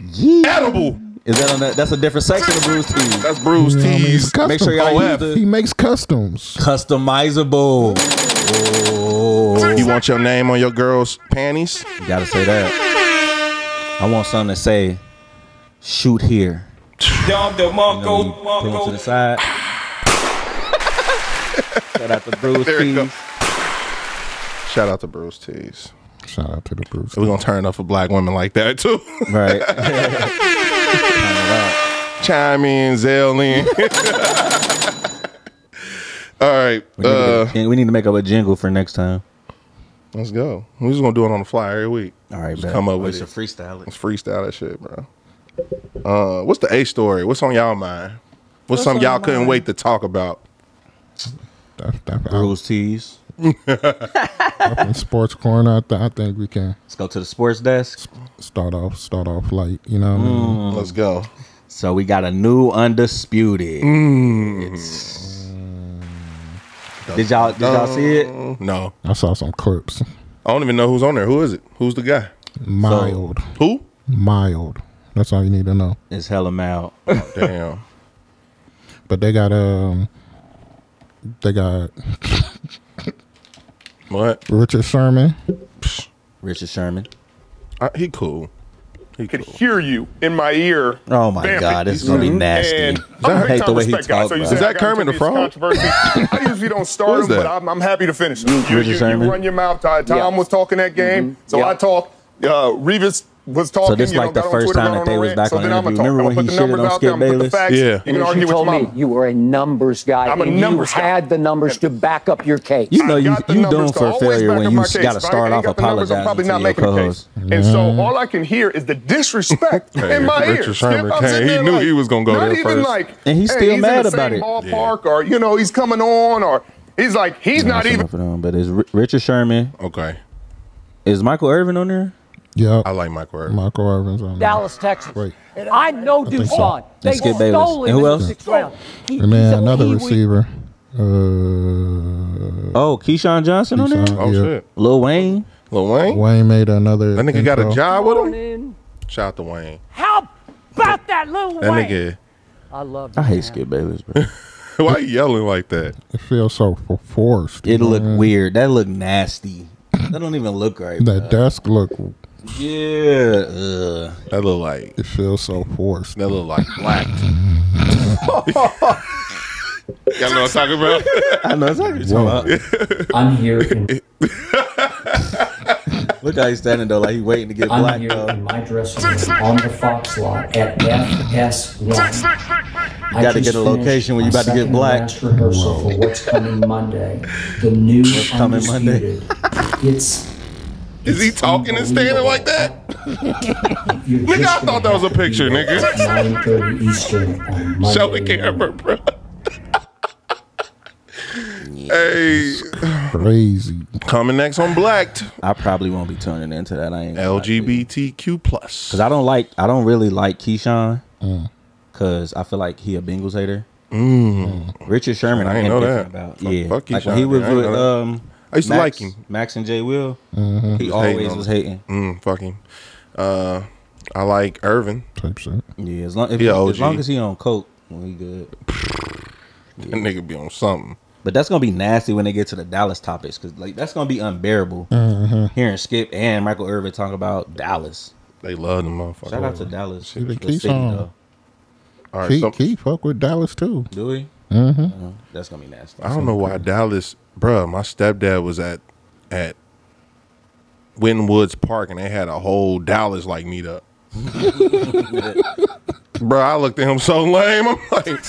S2: Edible.
S3: Is that on that? That's a different section of Bruce Tees.
S2: That's Bruce
S4: You know what I mean?
S2: Tees.
S4: Custom.
S3: Make sure y'all use
S4: he
S3: the
S4: makes customs.
S3: customizable. Oh,
S2: You want your name on your girl's panties?
S3: you gotta say that. I want something to say, shoot here.
S6: Dr.
S3: You know, you
S6: Monko.
S3: pull them to the
S6: Monko.
S3: side. Shout out to Bruce
S2: There you go.
S3: Tees.
S2: Shout out to Bruce Tees.
S4: Shout out to the Bruce.
S2: We're gonna turn up for black women like that too. (laughs)
S3: Right. Turn it up.
S2: Chime in, Zell in. (laughs) All right,
S3: We need,
S2: uh,
S3: to, we need to make up a jingle for next time.
S2: let's go. We're just gonna do it on the fly every week.
S3: All right,
S2: Just
S3: bet.
S2: come up with it.
S3: It's a freestyle.
S2: Let's freestyle that shit, bro. Uh, what's the A story? What's on y'all mind? What's,
S3: What's
S2: something
S3: on
S2: y'all
S3: my
S2: couldn't
S3: mind?
S2: wait to talk about?
S4: That's that, out
S3: Bruce Tees.
S4: in sports corner. I, th- I think we can
S3: Let's go to the sports desk.
S4: start off start off light. You know what I mean?
S2: Let's go.
S3: So we got a new undisputed. It's- Did y'all did y'all see it?
S2: Hmm, No,
S4: I saw some clips.
S2: I don't even know who's on there. Who is it? Who's the guy?
S4: Mild.
S2: Who?
S4: mild. That's all you need to know.
S3: It's hella mild.
S2: Damn.
S4: But they got um they got
S2: what?
S4: Richard Sherman.
S3: Richard Sherman.
S2: I, he cool. He
S8: could
S2: cool.
S8: hear you in my ear.
S3: Oh my
S8: vamping.
S3: God, this is gonna be nasty.
S8: And
S3: Is
S8: I'm
S3: that-
S8: a big
S3: hate the
S8: time
S3: way he
S8: respect guy,
S3: talk,
S8: so you
S3: bro.
S8: said
S2: Is that
S8: I got
S2: Kermit
S8: into this
S2: the Frog? (laughs)
S8: Controversy. I usually don't
S2: Who
S8: start
S2: is
S8: him, but
S2: that?
S8: I'm, I'm happy to finish. You, you,
S3: Richard
S8: you
S3: Sherman?
S8: run your mouth. Ty. Tom
S9: Yeah.
S8: was talking that game, so
S9: Yeah.
S8: I talked. Uh, Revis was talking.
S3: Mm-hmm. this
S8: you know,
S3: like the
S8: got on
S3: first
S8: Twitter,
S3: time
S8: got
S3: that they
S8: a
S3: was
S8: rant,
S3: back
S8: so
S3: on
S8: then
S3: the
S8: I'ma
S3: interview.
S8: talk.
S3: Remember
S8: I'ma
S3: when
S8: put
S3: he
S8: the
S3: shitted
S8: numbers
S3: on
S8: out
S3: Skip
S8: there, I'ma put the
S3: Bayless?
S8: facts.
S2: Yeah.
S8: You can
S9: You
S8: argue with
S9: told
S8: mama.
S9: me you were a numbers guy,
S8: I'm a
S9: and you
S8: numbers guy.
S9: had the numbers to back up your case.
S3: You know
S8: I
S3: you
S8: got the
S3: you
S8: numbers
S3: doomed
S8: to
S3: for
S8: always
S3: failure
S8: back
S3: when
S8: up
S3: you
S8: my case.
S3: got to
S8: If I
S3: start
S8: ain't
S3: off
S8: got the numbers, I'm
S3: apologizing
S8: probably
S3: to
S8: not
S3: your
S8: making a case.
S3: co-host.
S8: And so all I can hear is the disrespect
S2: Mm-hmm. (laughs) Hey,
S8: in my
S2: Richard
S8: ear.
S2: Sherman
S8: I'm
S2: came.
S8: sitting
S2: He
S8: there
S2: knew he was gonna go
S8: not
S2: there
S8: even
S2: first.
S8: Like,
S3: And he's
S8: hey,
S3: still
S8: he's
S3: mad
S8: in the
S3: about
S8: same
S3: it.
S8: Ballpark, or you know, he's coming on, or he's like, he's not
S3: That's
S8: even.
S3: enough of them, But is Ri- Richard Sherman?
S2: Okay.
S3: Is Michael Irvin on there?
S4: Yeah,
S2: I like Michael Irvin.
S4: Michael Irvin's on there.
S9: Dallas, Texas.
S4: Right.
S9: And I know
S4: think so.
S9: DuPont. They
S3: Let's get
S9: stole him
S3: Bayless. And who
S9: in the
S3: else?
S9: sixth round. He-
S4: And
S9: he's
S4: then
S9: a
S4: another
S9: Kiwi.
S4: receiver. Uh,
S3: Oh, Keyshawn Johnson on there?
S4: Keyshawn.
S2: Oh
S4: Yeah.
S2: shit.
S3: Lil Wayne?
S2: Lil Wayne.
S4: Wayne made another.
S2: That nigga got a
S4: intro.
S2: job with him.
S9: Morning.
S2: Shout out to Wayne.
S9: How about that little
S2: That
S9: Wayne?
S2: nigga. (laughs)
S9: I love
S3: I
S9: you,
S3: hate
S9: man.
S3: Skip Bayless, bro.
S2: Why you yelling like that?
S4: It feels so for- forced.
S3: It look weird. That look nasty. That don't even look right.
S4: That desk look.
S3: Yeah. Ugh.
S2: That look like
S4: It feels so forced.
S2: that look like
S3: (laughs)
S2: black. (laughs) Y'all know what I'm talking about?
S3: I know exactly what
S4: Whoa.
S3: you're talking
S11: I'm here. In,
S3: about. (laughs) Look how he's standing though, like he waiting to get
S11: I'm
S3: black
S11: here
S3: though.
S11: in my dressing room on the Fox lot at FS1. I
S3: Gotta
S11: just
S3: get a location
S11: finished
S3: when you
S11: my
S3: about to get
S11: second
S3: black.
S11: Last rehearsal for what's coming Monday. The new
S3: coming Monday.
S11: undisputed. It's.
S2: Is he
S11: it's
S2: talking and standing like that?
S11: (laughs) You're
S2: Nigga,
S11: just
S2: I
S11: gonna
S2: thought that was
S11: have to
S2: a
S11: be
S2: picture,
S11: there
S2: nigga.
S11: at 9:30 Eastern on Monday.
S2: Show the camera,
S11: morning.
S2: bro. Hey,
S4: Crazy.
S2: coming next on Blacked
S3: I probably won't be tuning into that. I ain't gonna lie to you.
S2: LGBTQ plus.
S3: Cause I don't like I don't really like Keyshawn.
S4: Mm.
S3: Cause I feel like he a Bengals hater.
S4: Mm.
S3: Richard Sherman,
S2: Mm. I
S3: I,
S2: didn't know
S3: am different
S2: that.
S3: about.
S2: Fuck-
S3: yeah,
S2: fuck
S3: like when
S2: Keyshawn,
S3: he was
S2: man, I ain't
S3: with
S2: know that.
S3: um,
S2: I used to
S3: Max,
S2: like him.
S3: Max and Jay Will.
S4: Mm-hmm.
S3: He
S2: was hating
S3: always
S2: on
S3: was
S2: him.
S3: hating.
S2: Mm, fucking. Uh, I like Irvin.
S4: Type shit.
S3: Yeah, as long if,
S2: He a
S3: as
S2: OG.
S3: long as he on coke, well, he good.
S2: That nigga be on something.
S3: But that's gonna be nasty when they get to the Dallas topics, cause like that's gonna be unbearable
S4: Mm-hmm.
S3: hearing Skip and Michael Irvin talk about Dallas.
S2: They love the motherfucker.
S3: Shout out to Dallas,
S4: the
S3: the city,
S4: Keyshawn.
S3: though.
S2: All right,
S4: He,
S2: so-
S4: he fuck with Dallas too.
S3: Do we?
S4: Mm-hmm.
S3: Uh, that's gonna be nasty.
S2: I don't know why Dallas, bruh, My stepdad was at at Winwoods Park, and they had a whole Dallas like
S3: (laughs)
S2: meetup. Bruh, I looked at him so lame. I'm like,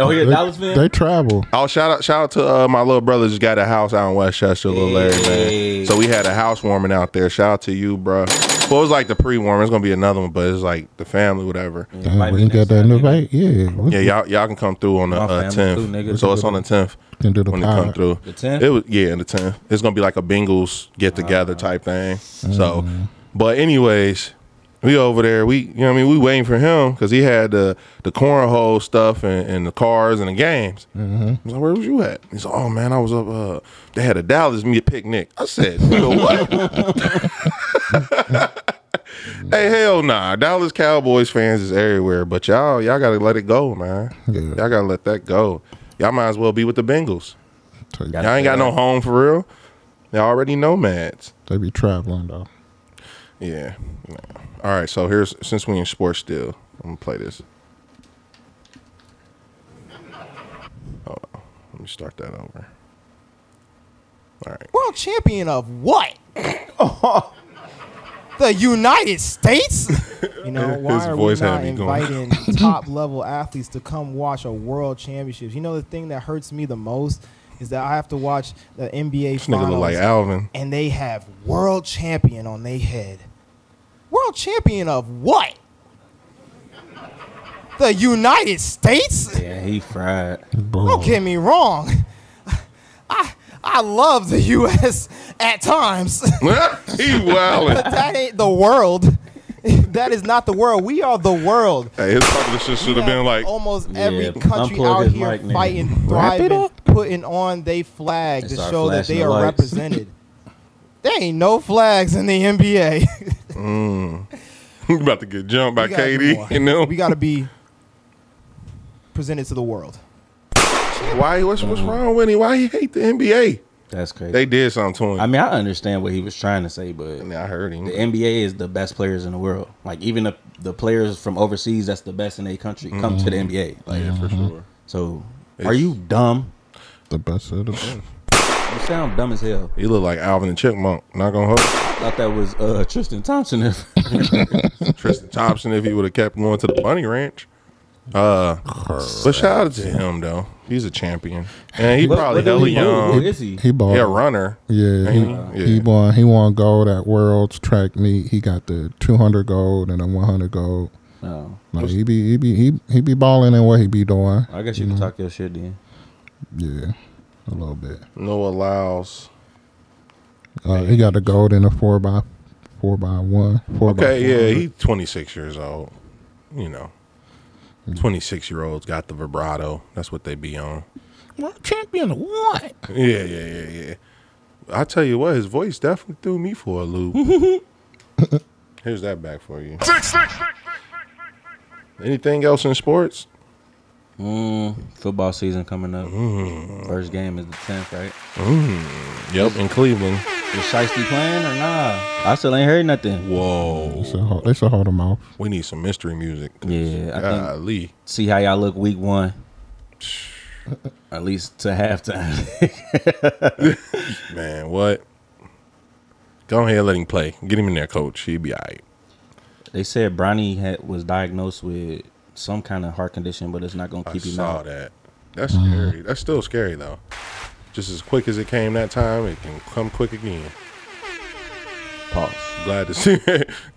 S3: Oh, he a
S4: They,
S3: Dallas fan.
S4: they travel.
S2: oh, shout out, shout out to uh, my little brother just got a house out in Westchester, little Larry man.
S3: Hey.
S2: So we had a house warming out there. Shout out to you, bruh. Well, it was like the pre warming. It's gonna be another one, but it's like the family, whatever.
S4: Damn,
S3: Might
S4: we
S3: be
S4: didn't get
S3: next
S4: that
S3: time,
S4: invite. Yeah. we
S2: Yeah, y'all y'all can come through on the
S3: My
S2: uh,
S3: family too,
S2: 10th.
S3: nigga.
S2: so it's on the 10th.
S4: Can do the
S2: when it come
S4: pod.
S2: through.
S3: The 10th?
S2: It was yeah, in the 10th. It's gonna be like a Bengals get together type thing. So, but anyways, we over there. We you know what I mean we waiting for him because he had the the cornhole stuff and, and the cars and the games. I was like, where was you at? He's like, oh man, I was up. Uh, they had a Dallas meet picnic. I said, nigga, what? (laughs) hey, hell nah. Dallas Cowboys fans is everywhere, but y'all y'all gotta let it go, man.
S4: Yeah.
S2: Y'all gotta let that go. Y'all might as well be with the Bengals.
S4: Type-
S3: Got
S2: Y'all ain't got no home for real. Y'all already nomads.
S4: They be traveling though.
S2: Yeah. Nah. All right. So here's since we in sports still, I'm gonna play this. Hold on. Oh, Let me start that over. All right.
S7: World champion of what?
S12: (laughs)
S7: the United
S2: (laughs)
S7: States?
S12: You know,
S2: His
S12: why are
S2: voice
S12: we
S2: had
S12: not
S2: me going.
S12: inviting
S2: (laughs)
S12: top level athletes to come watch a world championships? You know, the thing that hurts me the most is that I have to watch the NBA
S2: This nigga
S12: finals,
S2: look like Alvin.
S12: and they have world champion on their head.
S7: World champion of what? The United States?
S3: Yeah, he fried.
S7: Don't get me wrong. I I love the US at times.
S2: (laughs)
S7: (laughs)
S2: he wildin'.
S12: That ain't the world. that is not the world. We are the world.
S2: Hey, his publisher should have been like,
S12: almost
S3: Yeah,
S12: every country
S3: unplug
S12: out
S3: his
S12: here
S3: mic, nigga.
S12: fighting,
S3: Wrap it
S12: thriving,
S3: up.
S12: putting on they flag
S3: And
S12: to
S3: start
S12: show that
S3: flashing
S12: they
S3: the
S12: are
S3: lights.
S12: represented. there ain't no flags in the NBA.
S2: (laughs) "You about to get jumped by
S12: We gotta do
S2: KD."
S12: more.
S2: You know
S12: we got to be presented to the world.
S2: why? What's what's wrong with him? Why he hate the NBA?
S3: (laughs) That's crazy.
S2: They did something to him.
S3: I mean, I understand what he was trying to say, but
S2: I heard him.
S3: The NBA is the best players in the world. Like even the the players from overseas, that's the best in their country. Come to the
S2: Mhm.
S3: NBA. Like,
S2: Yeah, for sure.
S3: So, are you dumb?
S4: The best of the best.
S3: You sound dumb as hell.
S2: He looked like Alvin and Chipmunk. Not gonna hold.
S3: I thought that was uh, Tristan Thompson. (laughs) If
S2: Tristan Thompson if he would have kept going to the bunny ranch. Uh, but shout out to him though. He's a champion, and he
S3: What-
S2: probably
S3: what did
S2: hella
S3: he do?
S2: young.
S3: Who is he?
S4: He bought.
S2: Um, Yeah, runner.
S4: Yeah, he,
S2: Ain't he?
S4: he won. He won gold at Worlds track meet. He got the 200 gold and the 100 gold.
S3: Oh.
S4: No, he be he be he, he be balling in what he be doing.
S3: I guess you can talk your shit then.
S4: Yeah, a little bit.
S2: No allows.
S4: Uh, he got the gold in a four by four by one. Four by
S2: Okay, yeah,
S4: 400.
S2: he's 26 years old. You know,
S3: Mm.
S2: 26 year olds got the vibrato. That's what they be on.
S4: World champion of what?
S2: Yeah, yeah, yeah, yeah. I tell you what, his voice definitely threw me for a loop. Here's that back for you. Anything else in sports?
S3: Mm, football season coming up. First game is the tenth, right?
S2: Mm, yep, in Cleveland.
S3: Is Shiesty playing or nah? I still ain't heard nothing.
S2: Whoa.
S4: They should hold- They should hold him off.
S2: We need some mystery music.
S3: Yeah, I think
S2: Golly.
S3: see how y'all look
S2: (laughs)
S3: week one. At least to halftime.
S2: Man, what? Go ahead, let him play. Get him in there, coach. He'll be all right.
S3: (laughs) they said Bronny had was diagnosed with some kind of heart condition, but it's not gonna
S2: I
S3: keep him
S2: saw
S3: out.
S2: that. That's scary. That's still scary though. Just as quick as it came that time, it can come quick again.
S3: Pause.
S2: Glad to (laughs) see.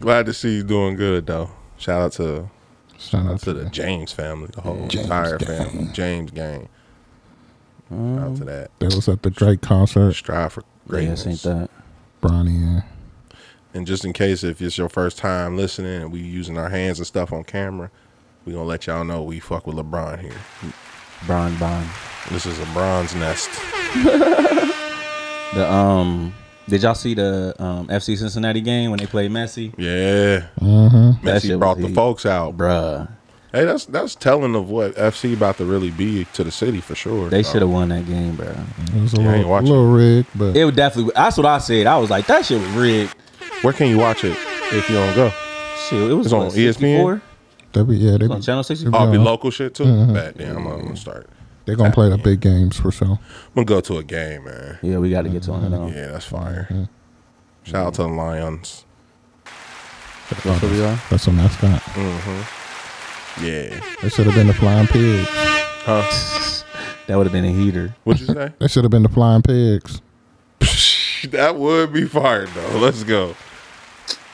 S2: glad to see you doing good though. Shout out to.
S4: Shout
S2: out to the James family, the whole
S4: James
S2: entire family, James gang. Shout out to that.
S4: That was at the Drake concert.
S2: Strive for greatness.
S3: that.
S4: Bronny,
S2: And just in case if it's your first time listening and we using our hands and stuff on camera, we gonna let y'all know we fuck with LeBron here.
S3: Bron Bond.
S2: This is a bronze nest.
S3: The um did y'all see the um, FC Cincinnati game when they played Messi?
S2: Yeah.
S4: Mhm.
S3: That
S2: Messi
S3: shit
S2: brought
S3: was
S2: the
S3: heat.
S2: folks out,
S3: bruh.
S2: Hey, that's that's telling of what FC about to really be to the city for sure.
S3: They
S2: So,
S3: should have won that game, bro.
S4: yeah. It was a
S2: Yeah, I ain't
S4: little,
S2: watching.
S4: little rigged, but
S3: It was definitely. That's what I said. I was like, that shit was rigged.
S2: Where can you watch it if you don't go?
S3: Shit, it was
S2: It's on E
S3: what,
S2: ESPN?
S3: 64?
S4: they be yeah they
S3: on
S4: be,
S3: Channel
S4: they
S3: 64.
S4: be
S2: Oh, it'd be
S4: on-
S2: local shit too.
S4: Mhm.
S2: Bad damn, I'm gonna start.
S4: They gonna play the big games for sure.
S2: I'm gonna go to a game, man.
S3: Yeah, we got to get to it. now.
S2: Yeah, that's fire. Shout out to the Lions.
S3: That's what we are.
S4: That's a mascot.
S2: Mm-hmm. Yeah.
S4: They should have been the flying pigs.
S2: Huh?
S3: That would have been a heater.
S2: What'd you say? (laughs)
S4: They should have been the flying pigs.
S2: that would be fire though. Let's go.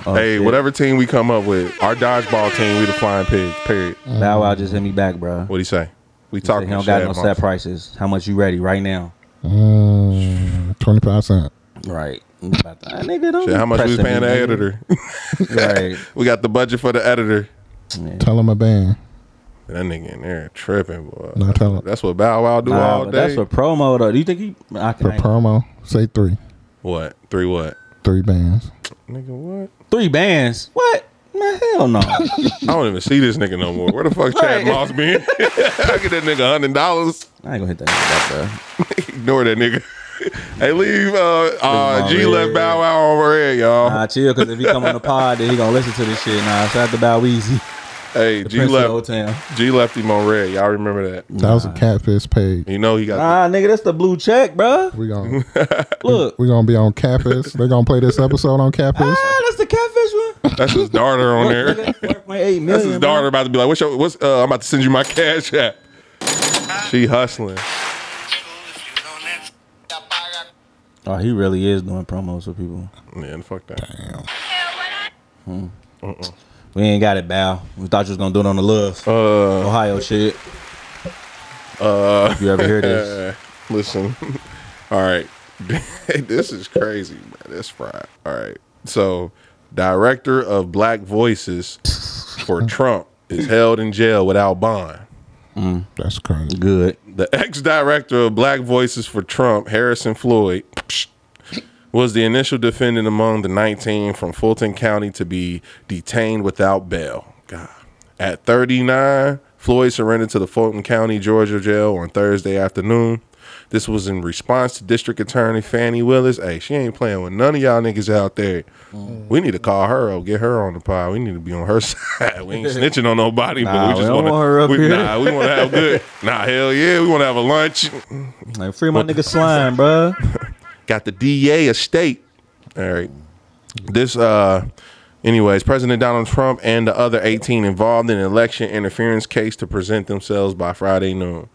S3: Oh,
S2: hey,
S3: shit.
S2: whatever team we come up with, our dodgeball team, we the flying pigs. Period.
S3: Bow Wow just hit me back, bro.
S2: What do you say? We
S3: He said
S2: talking
S3: he don't
S2: shit,
S3: got no
S2: Monster.
S3: set prices. How much you ready right now?
S4: Mm, Twenty five cent.
S3: Right. About that. Nigga, don't
S2: Shit,
S3: be
S2: how much we was
S3: pressing
S2: paying
S3: me,
S2: the
S3: nigga.
S2: editor?
S3: (laughs)
S2: (laughs)
S3: Right.
S2: we got the budget for the editor.
S4: Tell them a band.
S2: That nigga in there tripping, boy.
S4: No, tell him
S2: That's what Bow Wow (laughs) do
S3: Nah,
S2: all
S3: but
S2: day.
S3: That's for promo though. Do you think he? I
S4: for
S3: can,
S4: promo. Say three,
S2: what three? What
S4: three bands.
S2: nigga? What?
S3: three bands. What? Man,
S2: (laughs)
S3: hell no.
S2: I don't even see this nigga no more. Where the fuck Chad
S3: Right.
S2: Moss been? (laughs) I get that nigga hundred dollars.
S3: I ain't gonna hit that nigga back,
S2: Ignore that nigga. (laughs) hey, leave uh, uh
S3: on
S2: G
S3: red.
S2: left Bow Wow over here,
S3: bro.
S2: y'all.
S3: Nah, chill. Because if he come on the pod, then he gonna listen to this shit. Nah, shout out to Bow Weezy.
S2: hey,
S3: The
S2: G
S3: Prince of
S2: left
S3: Old Town.
S2: G left him on red. Y'all remember that?
S4: That was a catfish page.
S2: You know he got.
S3: Nah, nigga, that's the blue check, bro.
S4: We gonna
S3: Look,
S4: we gonna be on catfish. They're gonna play this episode on catfish.
S3: ah, that's the catfish one.
S2: (laughs) That's his daughter on
S3: (laughs)
S2: there. (laughs)
S3: Point
S2: That's his
S3: eight million. bro.
S2: daughter about to be like, "What's your, what's? Uh, I'm about to send you my (laughs) cash app." She hustling.
S3: Oh, he really is doing promos for people.
S2: Man, fuck that.
S3: We ain't got it, Bow. We thought you was gonna do it on the love.
S2: Uh,
S3: Ohio shit.
S2: uh.
S3: If you ever
S2: (laughs)
S3: hear this.
S2: Listen. All right. (laughs) this is crazy, man. That's fried. All right. So, director of Black Voices for (laughs) Trump is held in jail without bond.
S4: That's crazy.
S3: Good.
S2: The ex director of Black Voices for Trump, Harrison Floyd, was the initial defendant among the 19 from Fulton County to be detained without bail. God. At 39, Floyd surrendered to the Fulton County, Georgia jail on Thursday afternoon. This was in response to District Attorney Fannie Willis. Hey, she ain't playing with none of y'all niggas out there.
S3: Mm.
S2: We need to call her up, get her on the pod. We need to be on her (laughs) side. We ain't snitching on nobody,
S3: Nah,
S2: but we
S3: we
S2: just
S3: don't
S2: wanna,
S3: want her up
S2: we,
S3: here.
S2: Nah, we want to have
S3: (laughs)
S2: good. Nah, hell yeah, we want to have a lunch.
S3: Like free my nigga slime, bruh.
S2: Got the DA estate. All right. This uh anyways, President Donald Trump and the other 18 involved in an election interference case to present themselves by Friday noon.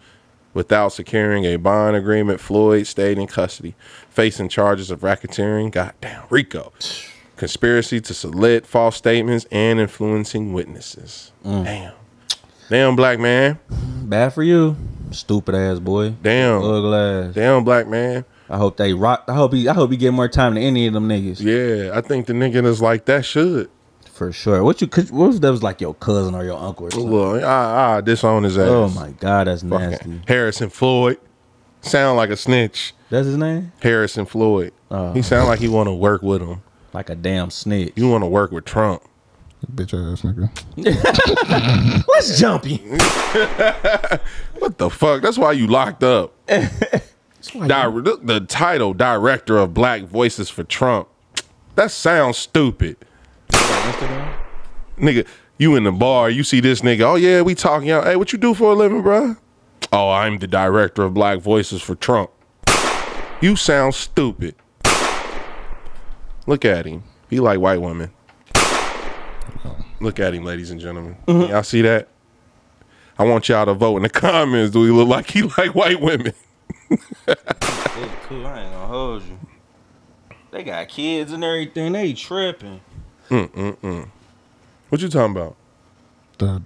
S2: Without securing a bond agreement, Floyd stayed in custody, facing charges of racketeering, goddamn Rico, conspiracy to solicit false statements, and influencing witnesses. Damn. Damn, black man.
S3: Bad for you, stupid ass boy.
S2: Damn,
S3: ugly ass.
S2: Damn, black man.
S3: I hope they rock. I hope he. I hope he get more time than any of them niggas.
S2: Yeah, I think the nigga that's like that should.
S3: For sure. What you could? What if that was like your cousin or your uncle or something?
S2: Look, I, I disown his ass.
S3: Oh my god, that's
S2: Fucking
S3: nasty.
S2: Harrison Floyd. Sound like a snitch.
S3: That's his name?
S2: Harrison Floyd.
S3: Oh.
S2: he sound like he want to work with him.
S3: Like a damn snitch.
S2: You want to work with Trump.
S4: Bitch ass nigga.
S3: Let's jump you.
S2: what the fuck? That's why you locked
S3: (laughs)
S2: up. Di- look, the title, Director of Black Voices for Trump. That sounds stupid. Nigga, you in the bar, you see this nigga. Oh, yeah, we talking. Y'all. Hey, what you do for a living, bruh? Oh, I'm the Director of Black Voices for Trump. You sound stupid. Look at him. He like white women. Look at him, ladies and gentlemen. Y'all see that? I want y'all to vote in the (laughs) comments. Do he look like he like white women?
S3: cool. I ain't gonna hold you. They got kids and everything. They tripping.
S2: Mm, mm, mm. What you talking about?
S4: The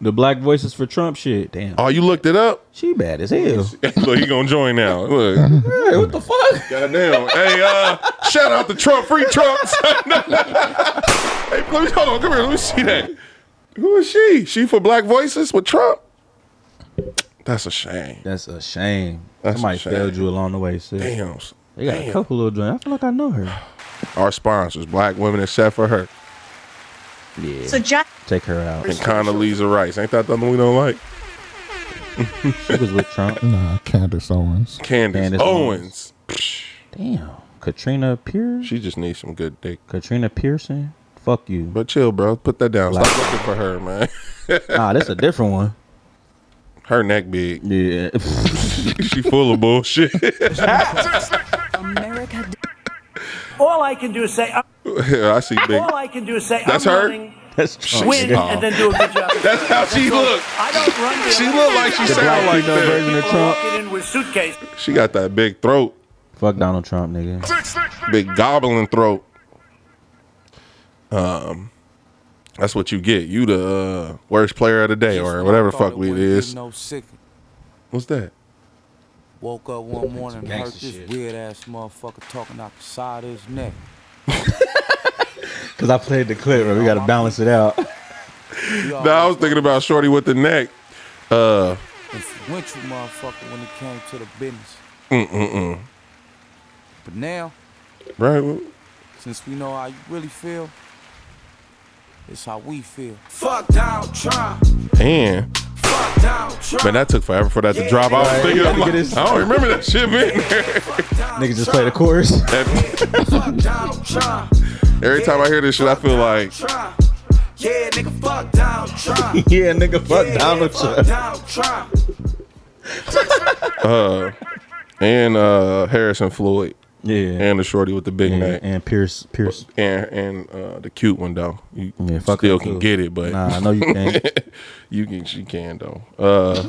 S3: the black voices for Trump shit. Damn.
S2: Oh, you looked it up? (laughs)
S3: She bad as hell.
S2: Look, he gonna join now. Look. Hey,
S3: what the fuck?
S2: Goddamn. Hey, uh, shout out to Trump, free Trump. (laughs) hey, let me hold on. Come here. Let me see that. Who is she? She for Black Voices with Trump? That's a shame.
S3: That's a shame.
S2: That's
S3: Somebody
S2: a shame.
S3: failed you along the way, sis.
S2: Damn.
S3: They got
S2: Damn.
S3: a couple little joints. I feel like I know her.
S2: Our sponsors, Black Women Except for Her.
S3: Yeah.
S13: So Jack-
S3: Take her out.
S2: And Condoleezza Rice. Ain't that the one we don't like?
S3: She was with
S2: (laughs)
S3: Trump.
S4: Nah, Candace Owens.
S2: Candace,
S3: Candace
S2: Owens.
S3: Damn. Katrina Pierce.
S2: She just needs some good dick.
S3: Katrina Pearson. Fuck you.
S2: But chill, bro. Put that down. Stop
S3: Black-
S2: looking for her, man.
S3: Nah, that's a different one.
S2: Her neck big.
S3: Yeah. (laughs)
S2: she full of bullshit. (laughs)
S14: America. All I can do is say.
S2: I see big.
S14: All I can do is say.
S2: That's
S14: I'm
S2: her? Oh.
S14: running,
S3: That's
S14: Win and then do a good
S2: (laughs)
S14: job.
S2: That's how she
S14: all.
S2: look.
S14: I don't run. The
S2: She look like she
S14: The
S2: sound
S14: black
S2: like
S14: female
S2: that.
S14: version of
S2: People
S14: Trump. walking in with suitcase.
S2: She got that big throat,
S3: Fuck Donald Trump, nigga.
S2: big goblin throat. Um, that's what you get. You the uh, worst player of the day, or whatever the fuck we it is.
S15: No sick.
S2: What's that?
S15: Woke up one morning and heard
S3: Gangsta
S15: this weird ass motherfucker talking out the side of his neck.
S3: Because I played the clip, bro. We got to balance it out.
S2: No, I was thinking about Shorty with the neck. Uh,
S15: Influential motherfucker when it came to the business.
S2: mm mm mm.
S15: But now,
S2: Right? well,
S15: since we know how you really feel, it's how we feel.
S1: Fuck down, try.
S2: And
S1: Fuck down, try.
S2: man, that took forever for that to drop. I was
S1: Right.
S2: thinking, I'm
S1: Look
S2: like,
S1: at this.
S2: (laughs) I don't remember that shit, man.
S3: Niggas just play the chorus. (laughs)
S1: Fuck down, try.
S2: Every time I hear this shit, I feel like
S1: Try. Yeah, nigga, fuck down, try.
S3: yeah, nigga, fuck Donald
S1: Fuck
S3: Trump.
S1: down, try.
S2: uh and uh Harrison Floyd.
S3: Yeah.
S2: And the shorty with the big neck.
S3: And Pierce, Pierce.
S2: And and uh the cute one though. You
S3: Yeah, fuck
S2: still
S3: her,
S2: can
S3: too.
S2: get it, but
S3: Nah, I know you can.
S2: (laughs) you can she can though. Uh
S3: (laughs)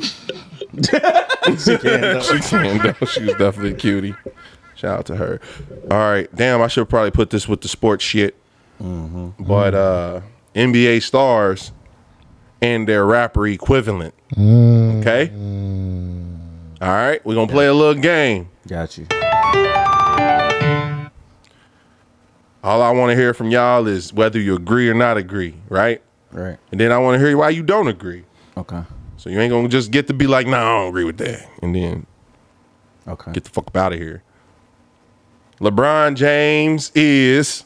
S3: She can, though.
S2: she can though. She's definitely a cutie. Shout out to her. All right. Damn, I should probably put this with the sports shit.
S3: Mm-hmm.
S2: But uh NBA stars and their rapper equivalent. Okay? All right, we're gonna play a little game.
S3: Got you.
S2: All I want to hear from y'all is whether you agree or not agree, right?
S3: Right.
S2: And then I want to hear why you don't agree.
S3: Okay.
S2: So you ain't gonna just get to be like, nah, I don't agree with that, and then
S3: okay,
S2: get the fuck up out of here. LeBron James is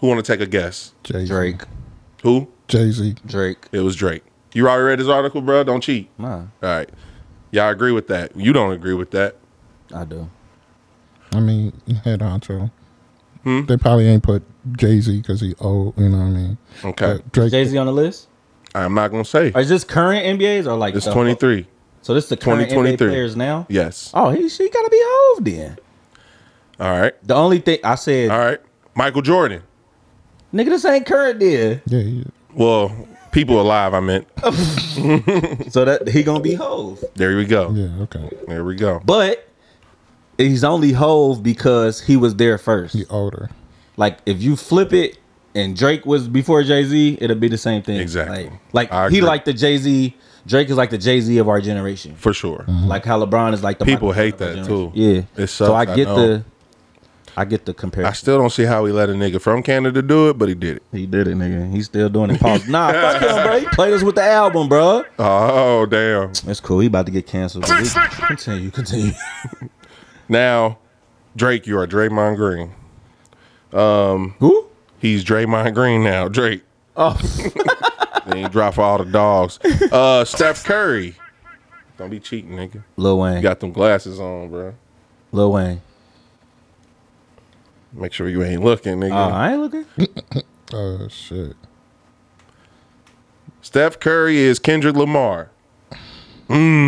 S2: who? Want to take a guess?
S3: Drake.
S2: Who?
S4: Jay Z.
S3: Drake.
S2: It was Drake. You already read this article, bro. Don't cheat.
S3: Nah.
S2: All right. Y'all agree with that? You don't agree with that?
S3: I do.
S4: I mean, head honcho.
S2: Hmm?
S4: They probably ain't put Jay Z because he old. You know what I mean?
S2: Okay.
S4: But Drake.
S3: Jay Z on the list?
S2: I'm not gonna say.
S3: Is this current NBAs or like
S2: It's
S3: the-
S2: 23.
S3: So this is the current NBA players now.
S2: Yes.
S3: Oh, he she gotta be Hove then.
S2: All right.
S3: The only thing I said.
S2: All right. Michael Jordan.
S3: Nigga, this ain't current
S2: (laughs)
S3: then.
S4: Yeah. yeah.
S2: Well, people alive. I meant.
S3: so that he gonna be Hove.
S2: There we go.
S4: Yeah. Okay.
S2: There we go.
S3: But he's only Hove because he was there first. He
S4: older.
S3: Like if you flip it and Drake was before Jay Z, it'll be the same thing. Exactly. Like, like he
S2: agree.
S3: like the Jay Z. Drake is like the Jay Z of our generation.
S2: For sure.
S3: Like how LeBron is like the
S2: People
S3: Michael
S2: hate
S3: Jordan
S2: that
S3: of our
S2: too.
S3: generation. Yeah.
S2: It sucks.
S3: so I get
S2: know.
S3: the I get the comparison.
S2: I still don't see how he let a nigga from Canada do it, but he did it.
S3: He did it, nigga. He's still doing
S2: (laughs)
S3: it. Pause. Nah, fuck him, bro. He played us with the album, bro.
S2: Oh damn.
S3: That's cool. He about to get canceled. but we- Continue, continue.
S2: Now, Drake, you are Draymond Green. Um,
S3: who?
S2: He's Draymond Green now. Drake.
S3: Oh.
S2: (laughs) then he drop all the dogs. Uh, Steph Curry. Don't be cheating, nigga.
S3: Lil Wayne.
S2: You got them glasses on, bro.
S3: Lil Wayne.
S2: Make sure you ain't looking, nigga.
S3: Oh, I ain't looking.
S4: Oh shit.
S2: Steph Curry is Kendrick Lamar.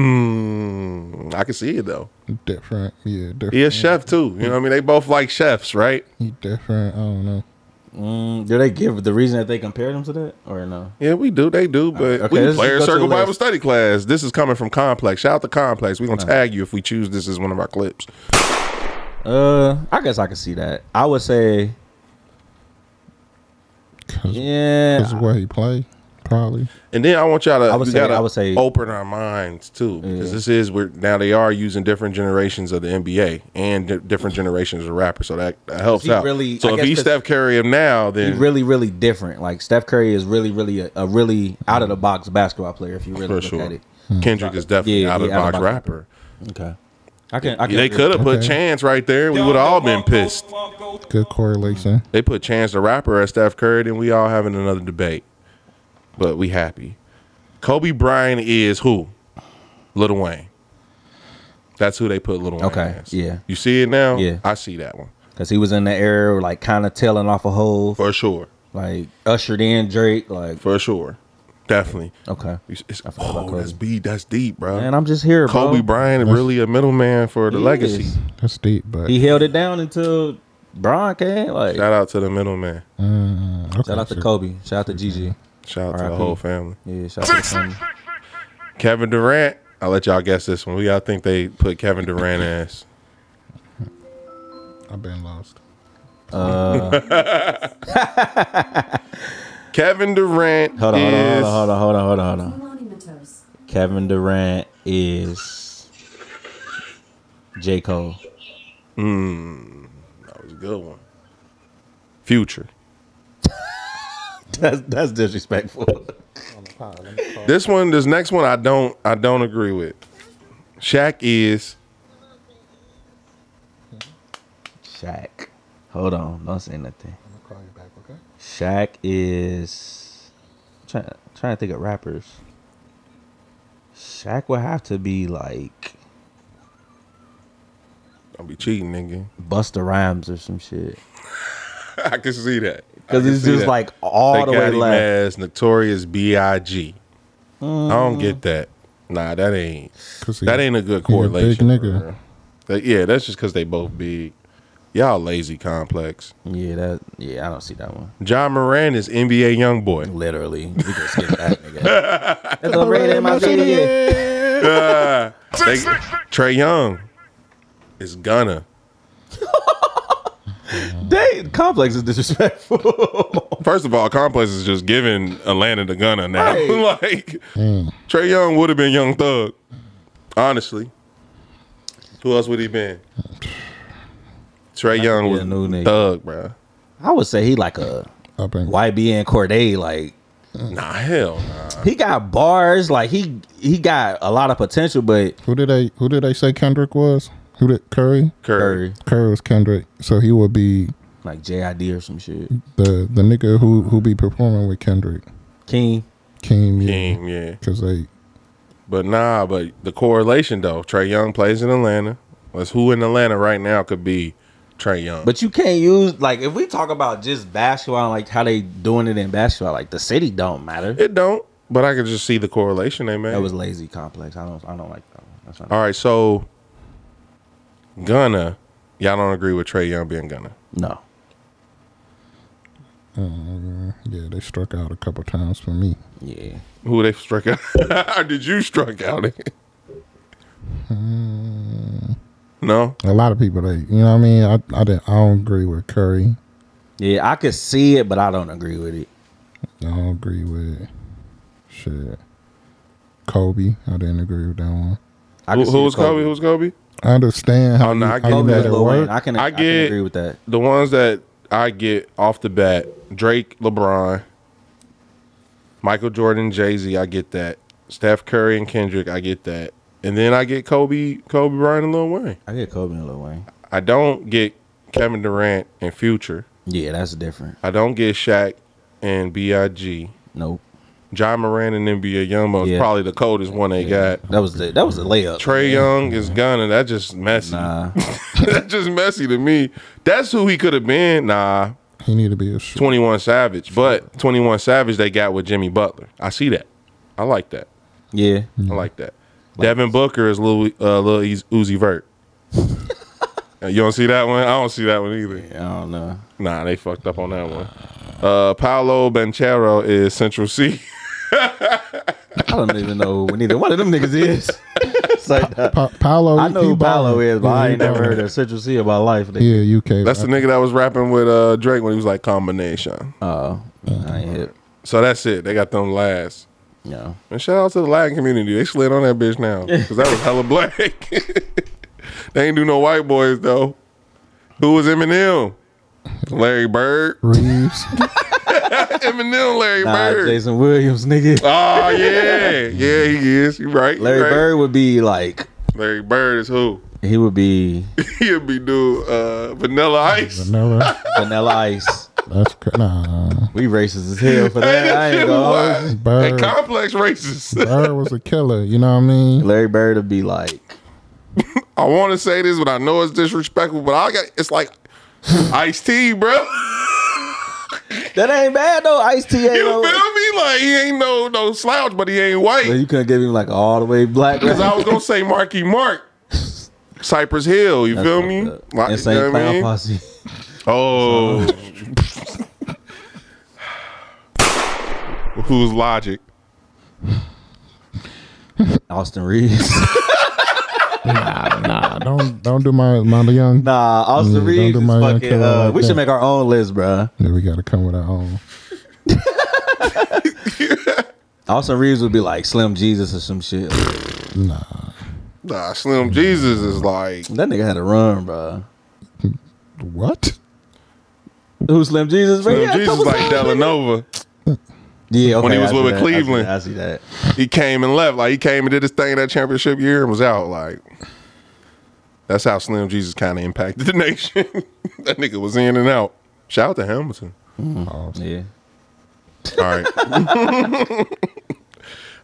S2: Mmm. I can see it though.
S4: Different. Yeah. Different.
S2: He a chef too. You know what I mean? They both like chefs, right?
S4: He different. I don't know.
S3: Mm, do they give the reason that they compared him to that or no?
S2: Yeah, we do. They do, but
S3: Okay,
S2: we
S3: let's
S2: player
S3: just go to
S2: circle
S3: the
S2: Bible
S3: list.
S2: study class. This is coming from Complex. Shout out to Complex. We're gonna
S3: Nah.
S2: tag you if we choose this as one of our clips.
S3: Uh, I guess I could see that. I would say, yeah,
S4: That's where he play. Probably.
S2: And then I want y'all to
S3: I would
S2: we
S3: say-
S2: gotta
S3: I would say-
S2: open our minds too, because this is where now they are using different generations of the NBA and di- different generations of rappers, so that, that helps
S3: He
S2: out.
S3: really- I
S2: so if
S3: guess
S2: he's
S3: 'cause-
S2: Steph Curry of now,
S3: he
S2: then
S3: really, really different. Like Steph Curry is really, really a, a really out of the box basketball player. If you really
S2: for
S3: look
S2: sure,
S3: at it,
S2: Kendrick is definitely
S3: Yeah,
S2: out of
S3: he
S2: the box rapper.
S3: Okay, I can. I can
S2: they
S3: agree.
S2: could have put
S3: Okay.
S2: Chance right there. We would have all been pissed.
S4: Good correlation.
S2: They put Chance the Rapper as Steph Curry, then we all having another debate. But we happy. Kobe Bryant is who? Little Wayne. That's who they put Little Wayne.
S3: Okay,
S2: as.
S3: yeah.
S2: You see it now?
S3: Yeah.
S2: I see that one.
S3: because he was in the era like kind of tailing off a hole
S2: for sure.
S3: Like ushered in Drake, like
S2: for sure, definitely.
S3: Okay,
S2: It's, oh, that's B. That's deep, bro.
S3: Man, I'm just here, bro.
S2: Kobe Bryant
S3: That's-
S2: really a middleman for the
S3: He
S2: legacy.
S3: is.
S4: That's deep, but
S3: he held it down until Bron came. Like
S2: Shout out to the middleman.
S4: Mm, okay,
S3: shout out to
S4: sure.
S3: Kobe. Shout out to Gigi.
S2: Shout out to the
S3: RIP.
S2: whole family.
S3: Yeah, shout out to the family.
S2: Kevin Durant. I'll let y'all guess this one. We all think they put Kevin Durant as.
S4: I've been lost.
S2: Uh. Kevin Durant
S3: Hold on, hold on,
S2: is
S3: hold on, hold on, hold on, hold on, hold on. Kevin Durant is J. Cole. (laughs)
S2: Mm, that was a good one. Future.
S3: That's that's disrespectful.
S2: This one, this next one, I don't, I don't agree with. Shaq is
S3: Shaq. Hold on, don't say nothing. Shaq is trying trying to think of rappers. Shaq would have to be like
S2: don't be cheating, nigga. (laughs)
S3: Busta Rhymes or some shit.
S2: I can see that
S3: 'Cause
S2: I can
S3: it's
S2: see
S3: just, like, all
S2: They
S3: the
S2: got
S3: way
S2: him
S3: left.
S2: As notorious Big. I don't
S3: Mm.
S2: get that. Nah, that ain't.
S4: 'Cause he-
S2: That ain't a good
S4: he a big
S2: correlation.
S4: nigga.
S2: bruh. That- yeah, that's just because they both big. Y'all lazy complex.
S3: Yeah, that. Yeah, I don't see that one.
S2: John Moran is NBA young boy.
S3: Literally, we can skip that (laughs) nigga. That's overrated in my opinion.
S2: Uh, they- Trey Young is gonna.
S3: They complex is disrespectful.
S2: First of all, Complex is just giving Atlanta the gunner now. (laughs)
S3: Right.
S2: like Trey Young would have been Young Thug, honestly. Who else would he been? Trey Young was
S3: new nigga.
S2: Thug, bro.
S3: (laughs) I would say he like a YBN Corday. Like,
S2: nah, hell,
S3: he got bars. Like he he got a lot of potential, but
S4: Who did they Who did they say Kendrick was? Who did Curry?
S2: Curry.
S4: Curry was Kendrick, so he would be
S3: like JID or some shit.
S4: the the nigga who who be performing with Kendrick.
S3: King.
S4: King. Yeah.
S2: King, yeah.
S4: Cause they
S2: But nah, but the correlation though, Trey Young plays in Atlanta. That's who in Atlanta right now could be Trey Young.
S3: But you can't use like if we talk about just basketball, and, like how they doing it in basketball, like the city don't matter.
S2: It don't. But I could just see the correlation they made.
S3: That was lazy complex. I don't. I don't like that one. That's not-
S2: All right, so Gunna, y'all don't agree with Trey Young being Gunna?
S3: No.
S4: Uh, yeah, they struck out a couple times for me.
S3: Yeah.
S2: Who they struck out? (laughs) or did you struck out? no.
S4: A lot of people, they, you know what I mean? I, I, didn't, I don't agree with Curry.
S3: Yeah, I could see it, but I don't agree with it.
S4: I don't agree with it. Shit. Kobe, I didn't agree with that one.
S2: Who, who was Kobe? Who was Kobe?
S4: I understand how
S2: Oh no,
S4: you,
S2: I
S4: how you
S2: get
S4: let it work.
S2: get The ones that I get off the bat, Drake, LeBron, Michael Jordan, Jay Z, I get that. Steph Curry and Kendrick, I get that. And then I get Kobe, Kobe Bryant and Lil Wayne.
S3: I get Kobe and Lil Wayne.
S2: I don't get Kevin Durant and Future.
S3: Yeah, that's different.
S2: I don't get Shaq and B.I.G.
S3: Nope.
S2: John Moran and NBA Youngboy
S3: Yeah.
S2: is probably the coldest one they got.
S3: That was the that was a layup.
S2: Trey Young is Gunna. That's just messy. (laughs) that's just messy to me. That's who he could have been. Nah.
S4: He need to be a shooter.
S2: 21 Savage. But 21 Savage they got with Jimmy Butler. I see that. I like that.
S3: Yeah.
S2: I like that. Devin Booker is Lil, uh, Lil Uz- Uzi Vert. Uh, you don't see that one? I don't see that one either.
S3: I don't know.
S2: Nah, they fucked up on that one. Uh, Paolo Banchero is Central C. (laughs)
S3: I don't even know who neither one of them niggas is. (laughs) It's like that.
S4: Paolo,
S3: I know
S4: he
S3: who Paolo
S4: ballin'.
S3: is, but I
S4: Yeah,
S3: ain't
S4: he
S3: never heard
S4: ballin'.
S3: of Central C in my life. nigga.
S4: Yeah, uh, you can't.
S2: That's the nigga that was rapping with uh, Drake when he was like combination.
S3: Oh, I ain't hip.
S2: So that's it. They got them last.
S3: Yeah.
S2: And shout out to the Latin community. They slid on that bitch now because that was hella black. (laughs) they ain't do no white boys though. Who was Eminem? Larry
S3: (laughs)
S2: Bird.
S4: Reeves.
S2: Eminem, Larry
S3: Nah,
S2: Bird.
S3: Jason Williams, nigga.
S2: Oh yeah, yeah, he is. You right? you
S3: Larry
S2: right.
S3: Bird would be like
S2: Larry Bird is who? (laughs)
S3: he would be
S2: He'll be dude. Uh, Vanilla Ice.
S4: Vanilla.
S3: Vanilla Ice.
S4: That's cr- nah.
S3: We racist as hell for that. I ain't gonna.
S2: Why?
S4: Bird.
S2: Hey, complex racist. (laughs)
S4: Bird was a killer. You know what I mean?
S3: Larry Bird would be like,
S2: I want to say this, but I know it's disrespectful. But I got it's like Ice T,
S3: (laughs)
S2: bro. (laughs)
S3: that ain't bad though. Ice T ain't
S2: You
S3: no-
S2: feel me? Like he ain't no no slouch, but he ain't white.
S3: Man, you could have gave him like all the way black.
S2: Because I was gonna say Marky Mark, Cypress Hill. You
S3: That's
S2: feel
S3: fucked
S2: me? Like,
S3: up.
S2: you
S3: Uh, Insane
S2: know what I
S3: Clown
S2: mean?
S3: Posse. (laughs)
S2: Oh, (sighs) who's Logic?
S3: Austin Reeves. (laughs)
S4: nah, nah. Uh, Don't don't do my my young.
S3: Nah, Austin Reeves is fucking. Uh, we should make our own list, bro.
S4: Yeah, we gotta come with our own.
S3: Austin Reeves would be like Slim Jesus or some shit.
S4: Nah,
S2: Nah, Slim Jesus is like
S3: that nigga had a run, bro.
S4: What?
S3: Who Slim Jesus? bro?
S2: Slim
S3: Yeah, a
S2: Jesus
S3: couple
S2: like
S3: songs, nigga.
S2: Delanova.
S3: Yeah,
S2: when
S3: okay,
S2: he was
S3: I see
S2: with
S3: that, I see
S2: Cleveland,
S3: that, I see that.
S2: He came and left. Like he came and did his thing that championship year and was out. Like that's how Slim Jesus kind of impacted the (laughs) nation. that nigga was in and out. Shout out to Hamilton.
S3: Yeah.
S2: All
S3: (laughs)
S2: right.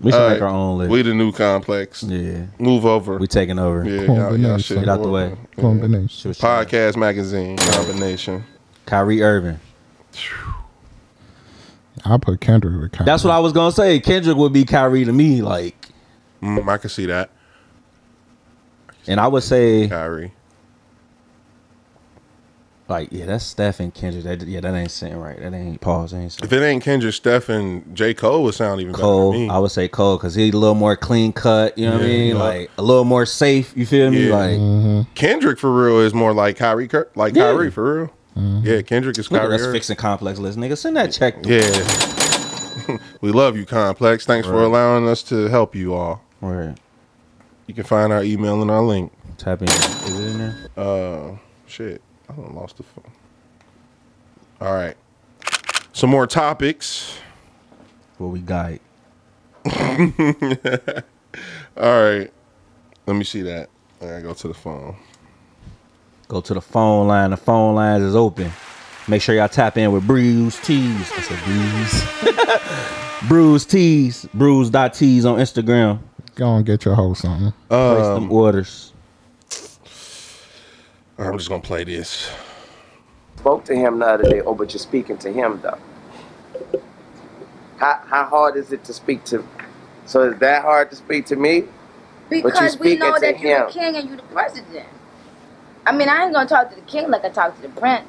S3: We should
S2: All
S3: make
S2: right.
S3: our own list.
S2: We the new complex.
S3: Yeah.
S2: Move over.
S3: We taking over.
S2: Yeah,
S4: Come on,
S2: y'all, y'all
S4: Vanessa.
S2: shit.
S3: Get out the way.
S4: Combination.
S2: Podcast magazine combination.
S3: Kyrie Irving.
S4: I put Kendrick with Kyrie.
S3: That's what I was gonna say. Kendrick would be Kyrie to me, like.
S2: Mm, I can see that.
S3: And I would say
S2: Kyrie.
S3: Like yeah, that's Steph and Kendrick. That, yeah, that ain't sitting right. That ain't pause. That ain't sitting.
S2: If it ain't Kendrick, Steph, and J. Cole would sound even better to
S3: Cole,
S2: me.
S3: I would say Cole because he's a little more clean cut. You know what I
S2: Yeah,
S3: mean?
S2: yeah.
S3: Like a little more safe. You feel me?
S2: Yeah.
S3: Like
S2: Kendrick for real is more like Kyrie, Cur- like
S3: Yeah. Mm-hmm.
S2: Kyrie for real. Yeah, Kendrick is
S3: look at
S2: Kyrie.
S3: us
S2: Irving.
S3: fixing complex list, nigga. Send that check. To
S2: Yeah. (laughs) we love you, Complex. Thanks for
S3: Right.
S2: allowing us to help you all.
S3: Right.
S2: You can find our email and our link.
S3: Tap in. Is it in there?
S2: Uh, shit. I done lost the phone. All right. Some more topics.
S3: What we got?
S2: All right. Let me see that. I gotta go to the phone.
S3: Go to the phone line. The phone lines is open. Make sure y'all tap in with Brews Tees. I said (laughs) Brews. Brews Tees. Brews.tees on Instagram.
S4: Go and get your hoe something.
S3: Place them orders.
S2: I'm just gonna play this.
S13: Spoke to him the other day. Oh, but you're speaking to him though. How how hard is it to speak to? So is that hard to speak to me? but you're
S16: Because we
S13: speaking
S16: know
S13: to
S16: that you're
S13: him.
S16: the king and you're the president. I mean, I ain't gonna talk to the king like I talk to the prince.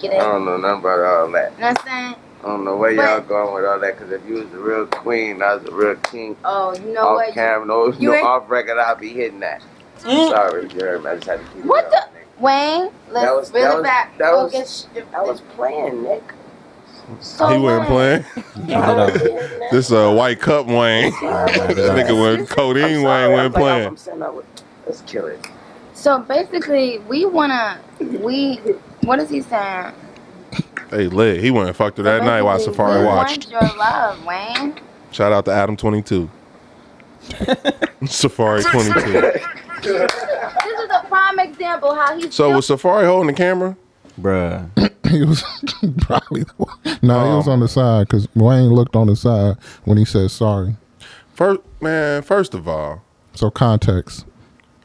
S16: Get
S13: I
S16: it?
S13: don't know nothing about all that.
S16: You know what I'm saying?
S13: I don't know where y'all
S16: But-
S13: going with all that. Cause if you was the real queen, I was the real king.
S16: Oh, you know
S13: off
S16: what?
S13: camera, no,
S16: you
S13: no
S16: ain't-
S13: off record, I'll be hitting that.
S16: Mm.
S13: Sorry, you heard me. I just had to keep
S16: What the? Wayne, let's
S13: That was-
S16: reel
S13: that
S16: it
S13: was-
S16: back.
S13: that
S16: Go
S13: was-
S16: get sh- I was
S13: playing, Nick.
S16: So
S2: he wasn't
S16: what?
S2: playing. this a uh, white cup Wayne. (laughs) that nigga was codeine Wayne wasn't playing.
S13: Let's kill it.
S16: So basically, we wanna we. What is he saying?
S2: Hey, lit. He went and fucked her that night while Safari
S16: we
S2: watched.
S16: want your love, Wayne.
S2: Shout out to Adam Twenty Two. Safari Twenty Two.
S16: this is a prime example how he's.
S2: So was Safari holding the camera?
S3: Bruh.
S4: (laughs) he was (laughs) probably the one. No, he
S3: Oh.
S4: was on the side because Wayne looked on the side when he said sorry.
S2: First man, first of all,
S4: So context.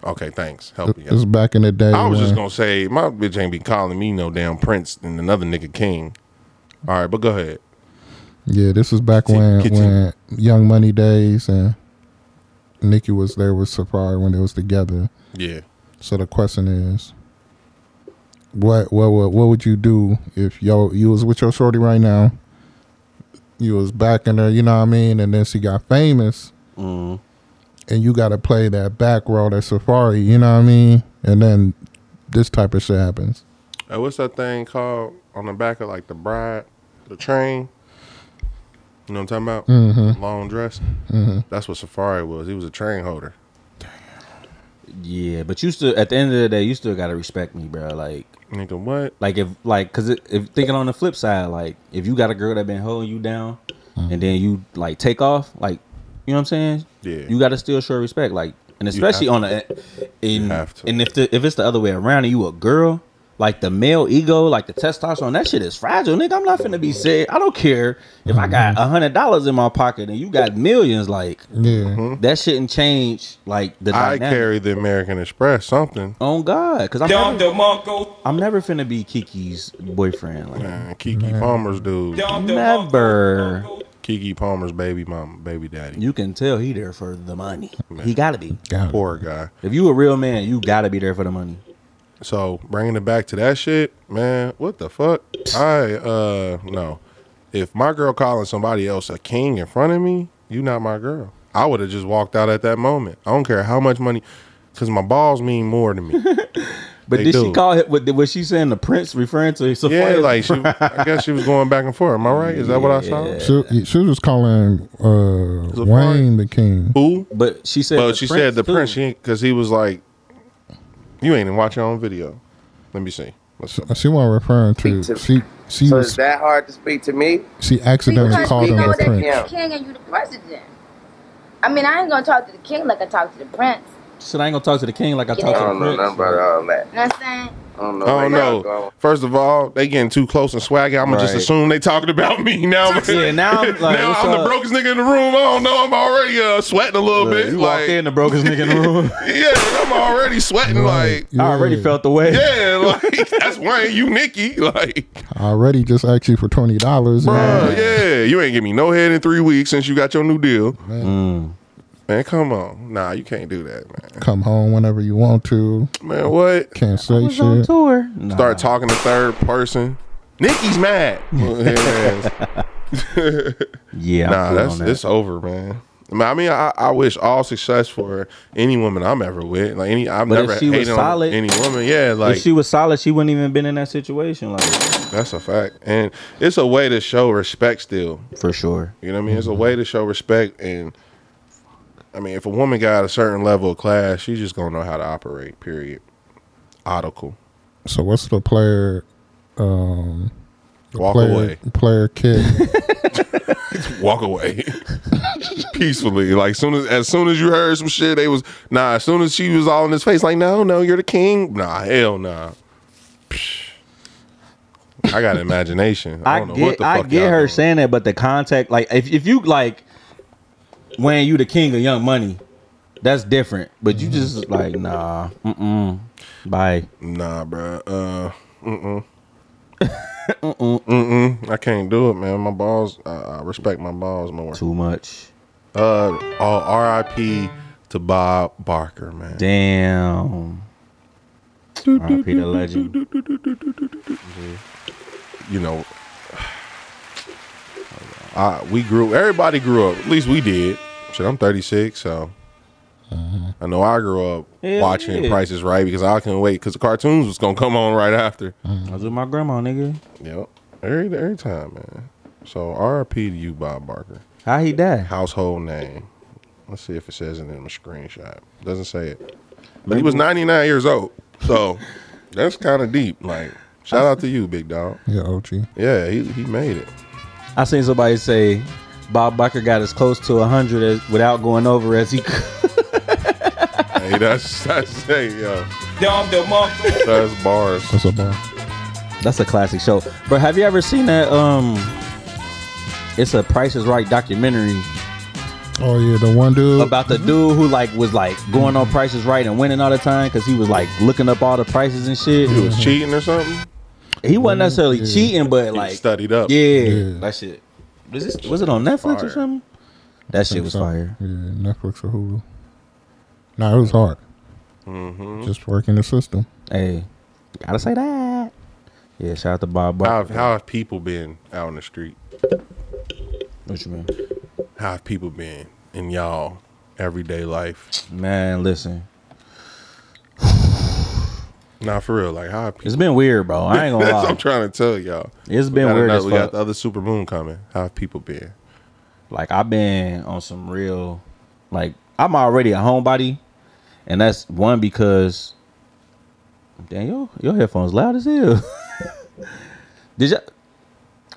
S2: okay, thanks. Help me
S4: It was back in the day.
S2: I was just
S4: when-
S2: gonna say my bitch ain't be calling me no damn prince and another nigga king. All right, but go ahead.
S4: Yeah, this was back when when Young Money days and Nikki was there with Safari when they was together.
S2: Yeah.
S4: So the question is, what what what, what would you do if yo you was with your shorty right now? You was back in there, you know what I mean, and then she got famous, and you got to play that back role, that Safari, you know what I mean, and then this type of shit happens.
S2: Hey, Uh, what's that thing called on the back of like the bride, the train? You know what I'm talking about?
S4: Mhm.
S2: Long dress.
S4: Mhm.
S2: That's what Safari was. He was a train holder.
S3: Yeah, but you still at the end of the day, you still gotta respect me, bro. Like,
S2: nigga, what?
S3: Like if like, cause it, if thinking on the flip side, like if you got a girl that been holding you down, and then you like take off, like you know what I'm saying?
S2: Yeah.
S3: You gotta still show respect, like, and
S2: You
S3: especially
S2: have
S3: on
S2: to.
S3: a, in and if the, if it's the other way around and you a girl. Like the male ego, like the testosterone, that shit is fragile, nigga. I'm not finna be said. I don't care if I got a hundred dollars in my pocket and you got millions. Like
S4: Yeah.
S3: that shouldn't change. Like the
S2: Mm-hmm. I
S3: dynamic.
S2: carry the American Express something.
S3: On God, because I'm
S2: Dom
S3: never, I'm never finna be Kiki's boyfriend. Like
S2: Kiki Mm, Palmer's dude.
S3: Never.
S2: Kiki Palmer's baby mom, baby daddy.
S3: You can tell he there for the money. He gotta be.
S2: Poor guy.
S3: If you a real man, you gotta be there for the money.
S2: So bringing it back to that shit, man, what the fuck? I uh no. If my girl calling somebody else a king in front of me, you not my girl. I would have just walked out at that moment. I don't care how much money, because my balls mean more to
S3: (laughs)
S2: me.
S3: But
S2: They
S3: did she
S2: do.
S3: call him? what- Was she saying the prince referring to his
S2: Yeah, like she, I guess she was going back and forth. Am I right? Is that what I saw?
S4: She, she was calling uh, Wayne the king.
S2: Who?
S3: But she said.
S2: But
S3: the
S2: she
S3: prince,
S2: said the
S3: too.
S2: prince because he was like, "You ain't even watch your own video." Let me see. Let's see.
S4: She wasn't referring to. She she
S13: so
S4: was
S13: is that hard to speak to me?
S4: she accidentally
S16: Because
S4: called
S16: we
S4: him
S16: know
S4: a
S16: that you're the
S4: prince.
S16: king and you're the president. I mean, I ain't gonna talk to the king like I talk to the prince.
S3: She said I ain't gonna talk to the king like I
S16: Yeah.
S3: talked
S16: I
S3: to
S16: don't
S3: the
S16: know
S3: prince.
S13: nothing about all that.
S16: You know what I'm saying?
S13: I don't know.
S2: I don't
S13: where y'all
S2: know. First of all, they getting too close and swaggy. I'm gonna just
S13: Right.
S2: assume they talking about me now.
S3: (laughs) Yeah, now
S2: (laughs)
S3: I'm like,
S2: now
S3: what's
S2: I'm
S3: up?
S2: the brokest nigga in the room. I don't know. I'm already uh, sweating a little bit.
S3: You
S2: like,
S3: walked in the brokest
S2: (laughs)
S3: nigga in the room.
S2: yeah, I'm already sweating. Like,
S3: I already felt the way.
S2: yeah, (laughs) like that's Wayne. You Nikki. (laughs) Like,
S4: I already just asked you for twenty dollars.
S2: uh, yeah, you ain't give me no head in three weeks since you got your new deal. Man, come on. Nah, you can't do that, man.
S4: Come home whenever you want to.
S2: Man, what?
S4: Can't say shit.
S3: tour.
S2: Start talking to third person. Nikki's
S3: (laughs)
S2: mad. Well, here it is.
S3: Yeah, I'm
S2: nah,
S3: cool
S2: that's
S3: on that.
S2: it's over, man. I mean, I, mean, I, I wish all success for any woman I'm ever with. Like any, I've
S3: But if
S2: never
S3: she was
S2: hated on
S3: solid-
S2: any woman. Yeah, like
S3: if she was solid, she wouldn't even been in that situation. Like
S2: that's a fact, and it's a way to show respect still.
S3: for sure.
S2: You know what I mean? It's a way to show respect, and I mean, if a woman got a certain level of class, she's just gonna know how to operate. Period. Article.
S4: So what's the player? Um, the
S2: Walk
S4: player,
S2: away.
S4: Player kick.
S2: walk away (laughs) peacefully. Like soon as as soon as you heard some shit, they was nah. As soon as she was all in his face, like no, no, you're the king. Nah, hell nah. Psh. I got imagination. I
S3: I
S2: don't know what
S3: get,
S2: the
S3: I
S2: fuck.
S3: get her saying that, but the contact, like, if, if you like, when you the king of Young Money, That's different. But you just like nah. Mm-mm. Bye.
S2: Nah, bro. Uh,
S3: (laughs)
S2: mm-mm. mm-mm. Mm-mm. I can't do it, man. My balls. I, I respect my balls more.
S3: Too much.
S2: Uh, oh, R.I.P. to Bob Barker, man.
S3: Damn. R.I.P. the legend.
S2: You know, I, we grew. Everybody grew up. At least we did. Shit, I'm 36, so I know I grew up
S3: Uh-huh. Hell
S2: watching
S3: yeah.
S2: Prices Right because I couldn't wait because the cartoons was gonna come on right after.
S3: I was with my grandma, nigga.
S2: Yep. Every every time, man. So R.I.P. to you, Bob Barker.
S3: How he died?
S2: Household name. Let's see if it says it in the screenshot. Doesn't say it. But he was 99 years old.
S3: (laughs)
S2: So that's kind of deep. Like, shout out to you, big dog.
S4: Yeah, OG.
S2: Yeah, he, he made it.
S3: I seen somebody say Bob Barker got as close to hundred as without going over as he could.
S2: hey, that's that's hey, yo.
S6: (laughs) Dom the monkey.
S2: That's bars.
S4: That's a bar.
S3: That's a classic show. But have you ever seen that? Um, it's a Price is Right documentary
S4: Oh yeah, the one dude.
S3: about the dude who like was like going on prices right and winning all the time because he was like looking up all the prices and shit.
S2: He was cheating or something.
S3: He wasn't necessarily cheating, but like
S2: studied up.
S3: Yeah, that shit. Was, this, was it on Netflix or something? That shit was fire.
S4: Yeah, Netflix or Hulu. Nah, it was hard.
S2: Mm-hmm.
S4: Just working the system.
S3: Hey, gotta say that. Yeah, shout out to Bob.
S2: How,
S3: Barker.
S2: how have people been out in the street?
S3: What you mean?
S2: How have people been in y'all everyday life?
S3: Man, listen.
S2: Nah, for real. Like, how have people?
S3: It's been weird, bro. I ain't gonna
S2: (laughs) That's what
S3: lie.
S2: I'm trying to tell y'all.
S3: It's
S2: We
S3: been
S2: got another-
S3: weird as
S2: we
S3: fuck.
S2: got the other super moon coming. How have people been?
S3: Like I've been on some real, like I'm already a homebody, and that's one because, damn, your your headphones loud as hell. (laughs) Did you?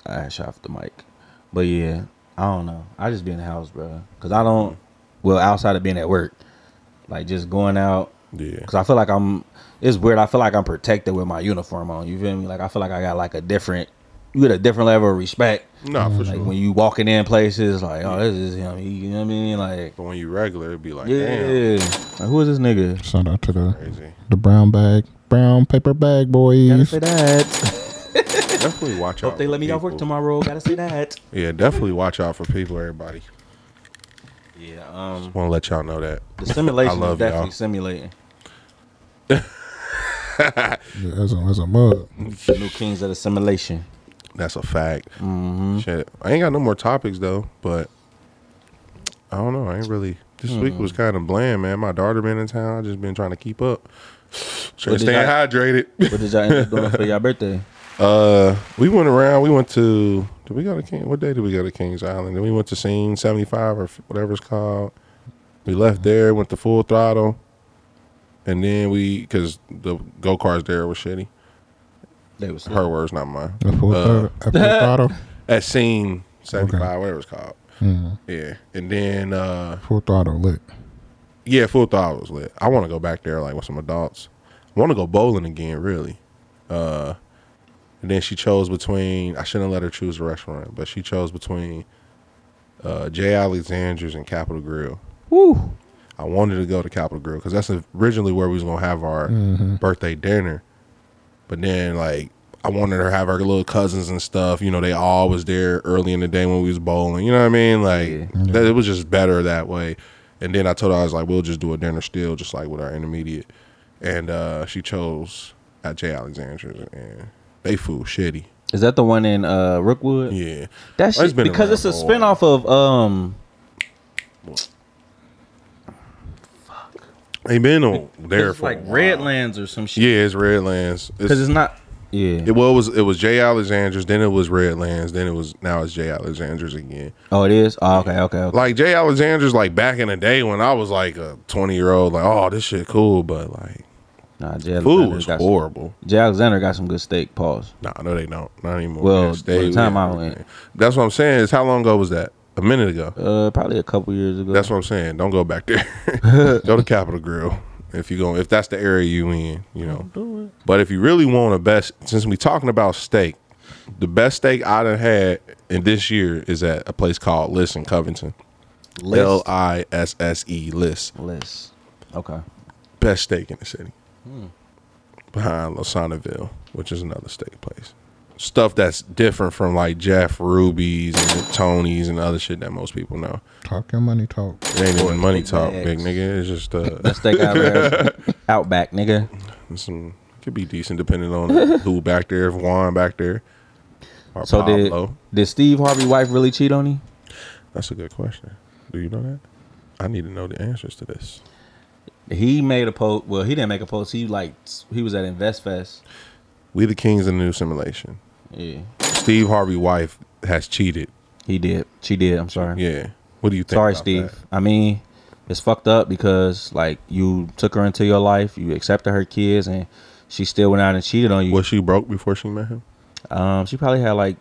S3: I shot off the mic, but yeah, I don't know. I just be in the house, bro, because I don't. Well, outside of being at work, like just going out.
S2: Yeah.
S3: Because I feel like I'm. It's weird. I feel like I'm protected with my uniform on. You feel me? Like I feel like I got like a different. You get a different level of respect.
S2: Nah, for
S3: Like
S2: sure.
S3: when you walking in places, like oh, this is him. He- You know what I mean? Like,
S2: But when you regular, it'd be like, damn,
S3: yeah. Like, who is this nigga?
S4: Shout out to the
S2: Crazy.
S4: the brown bag, brown paper bag
S3: Gotta
S4: boys.
S3: say that.
S2: definitely watch out.
S3: Hope they
S2: for
S3: let me off work
S2: people.
S3: tomorrow. Gotta say that.
S2: Yeah, definitely watch out for people, everybody.
S3: Yeah. Um.
S2: Want to let y'all know that
S3: The simulation
S2: I love
S3: is definitely
S2: y'all.
S3: simulating.
S4: Yeah, that's, a, that's a mug.
S3: The new kings of the simulation.
S2: That's a fact.
S3: Mm-hmm.
S2: Shit, I ain't got no more topics though, but I don't know. I ain't really. This week
S3: Hmm.
S2: was kind of bland, man. My daughter been in town. I just been trying to keep up, Trying
S3: What
S2: to stay
S3: did y'all-
S2: hydrated. (laughs)
S3: What did y'all end up doing for y'all birthday?
S2: Uh, we went around. We went to. Did we go to King? What day did we go to Kings Island? Then we went to Scene Seventy Five or f- whatever it's called. We left there, went to Full Throttle, and then we because the go karts there were shitty.
S3: They was
S2: Her words, not mine.
S4: The full
S2: Uh,
S4: throttle- at full throttle.
S2: at Scene Seventy Five, whatever it's called.
S4: Mhm.
S2: Yeah, and then uh,
S4: Full throttle lit.
S2: yeah, Full Throttle was lit. I want to go back there like with some adults. I want to go bowling again, really. Uh, and then she chose between. I shouldn't let her choose a restaurant, but she chose between uh, Jay Alexander's and Capital Grill.
S3: Woo.
S2: I wanted to go to Capital Grill because that's originally where we was gonna have our
S4: Mhm.
S2: birthday dinner. But then like I wanted her to have her little cousins and stuff. You know, they all was there early in the day when we was bowling. You know what I mean? Like that, it was just better that way. And then I told her I was like, we'll just do a dinner still, just like with our intermediate. And uh, she chose at Jay Alexander's, and they food shitty.
S3: Is that the one in uh Rookwood?
S2: Yeah. Oh,
S3: That
S2: It's
S3: shit,
S2: been
S3: because
S2: around
S3: it's a
S2: for a while.
S3: spinoff of um
S2: They been
S3: (laughs)
S2: on there
S3: it's
S2: for a
S3: like
S2: while.
S3: Redlands or some shit.
S2: Yeah, it's Redlands.
S3: Because it's not Yeah.
S2: It well, it was it was Jay Alexander's, then it was Redlands, then it was now it's Jay Alexander's again.
S3: Oh, it is. Oh, okay, okay, okay.
S2: Like Jay Alexander's, like back in the day when I was like a twenty year old, like oh this shit cool, but like
S3: Nah, Jay
S2: food
S3: Alexander
S2: was
S3: got
S2: horrible.
S3: Some, Jay Alexander got some good steak. Pause.
S2: Nah, no, they don't. Not anymore.
S3: Well,
S2: man.
S3: by the
S2: Stay-
S3: time I went.
S2: that's what I'm saying. Is how long ago was that? A minute ago.
S3: Uh, probably a couple years ago.
S2: That's what I'm saying. Don't go back there. (laughs) go to Capitol Grill if you go if that's the area you in. You know. But if you really want the best, since we talking about steak, the best steak I done had in this year is at a place called Listen Covington.
S3: List.
S2: L I S S E list.
S3: List. Okay.
S2: Best steak in the city.
S3: Hmm.
S2: Behind Losanaville, which is another steak place. Stuff that's different from like Jeff Ruby's and Tony's and other shit that most people know.
S4: Talk your money talk.
S2: It ain't even money talk,
S3: bags.
S2: big nigga. It's just uh
S3: (laughs) Best steak I ever
S2: (laughs)
S3: had. Outback, nigga.
S2: Some could be decent depending on who back there, if Juan back there. Or
S3: So did
S2: Pablo.
S3: did Steve Harvey wife really cheat on you?
S2: That's a good question. Do you know that? I need to know the answers to this.
S3: He made a post. Well, he didn't make a post. He like he was at InvestFest.
S2: We the kings in the new simulation.
S3: Yeah.
S2: Steve Harvey wife has cheated.
S3: He did. She did. I'm sorry.
S2: Yeah. What do you think?
S3: Sorry,
S2: about
S3: Steve.
S2: that?
S3: I mean, it's fucked up because like you took her into your life, you accepted her kids, and she still went out and cheated on you.
S2: Was she broke before she met him?
S3: Um, she probably had like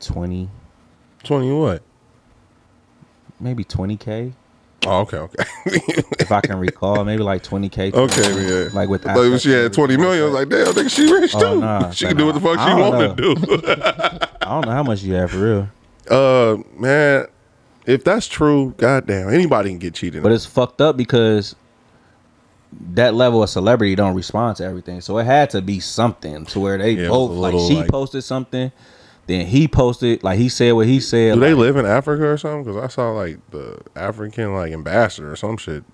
S3: twenty.
S2: Twenty what?
S3: Maybe twenty k.
S2: Oh, okay, okay.
S3: if I can recall, (laughs) maybe like twenty k.
S2: (laughs) Okay, yeah.
S3: Like with
S2: I thought when she had twenty million. I was like, damn, nigga, she rich
S3: Oh,
S2: too.
S3: nah,
S2: she
S3: nah,
S2: can do what
S3: nah.
S2: the fuck she
S3: I don't
S2: want to do. (laughs)
S3: I don't know how much you have for real.
S2: Uh, man, if that's true, goddamn, anybody can get cheated.
S3: But it's fucked up because that level of celebrity don't respond to everything. So it had to be something to where they
S2: Yeah, it was
S3: both
S2: a
S3: like
S2: little,
S3: she
S2: like-
S3: posted something, then he posted like he said what he said.
S2: do they
S3: like,
S2: live in Africa or something? Because I saw like the African like ambassador or some shit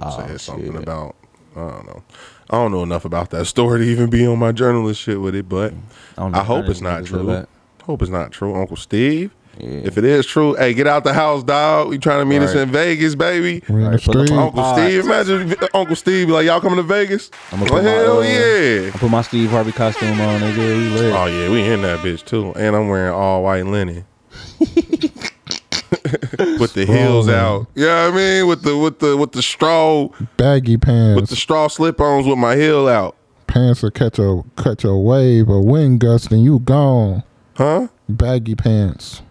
S3: Oh,
S2: said something about. I don't know. I don't know enough about that story to even be on my journalist shit with it,
S3: Mm.
S2: but
S3: don't
S2: I,
S3: know
S2: hope
S3: none
S2: it's
S3: of these
S2: not
S3: niggas live
S2: true.
S3: at-
S2: Hope it's not true, Uncle Steve. If it is true, hey, get out the house, dog. You trying to meet us
S3: Right.
S2: in Vegas, baby?
S4: We're in the
S3: put them
S4: street.
S3: on
S2: Uncle
S3: All right.
S2: Steve, imagine if Uncle Steve be like, y'all coming to Vegas?
S3: I'm gonna
S2: Well,
S3: put my,
S2: hell
S3: uh,
S2: yeah!
S3: I put my Steve Harvey costume on, nigga. He lit.
S2: Oh yeah, we in that bitch too, and I'm wearing all white linen.
S3: (laughs)
S2: with the heels out, you know what I mean? With the with the with the straw
S4: Baggy
S2: with
S4: pants.
S2: the straw slip ons with my heel out,
S4: pants will catch a catch a wave or wind gust and you gone.
S2: Huh?
S4: Baggy pants.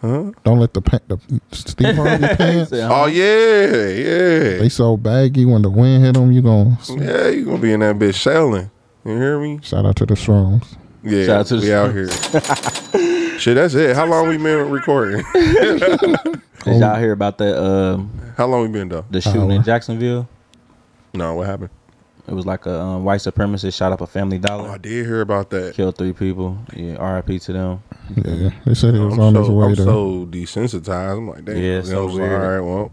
S2: huh?
S4: Don't let the, pa- the Steve Harvey
S3: (laughs)
S4: pants.
S3: Uh-huh.
S2: Oh yeah, yeah,
S4: They so baggy when the wind hit them, you gon'
S2: yeah. You gonna be in that bitch sailing? You hear me?
S4: shout out to the Strongs.
S2: Yeah,
S3: Shout out to the
S2: we out here.
S3: (laughs)
S2: Shit, that's it. How long we been recording?
S3: Did y'all hear about that? Um,
S2: How long we been though?
S3: the shooting in Jacksonville.
S2: No, what happened?
S3: It was like a um, white supremacist shot up a Family Dollar.
S2: Oh, I did hear about that.
S3: Killed three people. Yeah, RIP to them.
S4: Yeah, they said he was
S2: I'm
S4: on his
S2: so,
S4: way
S2: I'm
S4: to.
S2: so desensitized. I'm like, damn.
S3: Yeah,
S2: Yeah,
S3: it's so weird.
S2: All right, well,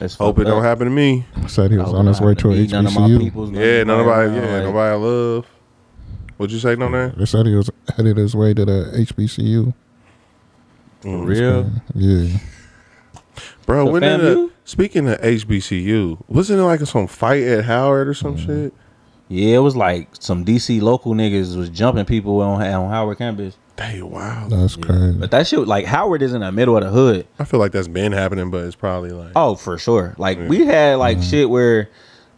S3: It's
S2: hope
S3: fucked
S2: it don't
S3: up.
S2: happen to me.
S4: said he was on his way to a
S3: None of my
S4: HBCU.
S3: people's none
S2: yeah,
S3: of my-
S2: nobody. Yeah,
S3: like-
S2: nobody I love. What'd you say, no name?
S4: They said he was headed his way to the HBCU.
S2: Mm.
S3: real?
S4: Yeah.
S2: Bro,
S3: So
S2: wasn't it a-
S3: FAMU?
S2: speaking of HBCU, wasn't it like some fight at Howard or
S3: Mm.
S2: some shit?
S3: Yeah, it was like some DC local niggas was jumping people on on Howard campus.
S2: Damn, wow.
S4: That's crazy.
S3: But that shit, like Howard is in the middle of the hood.
S2: I feel like that's been happening, but it's probably like (laughs)
S3: Oh, for sure. Like we had like shit where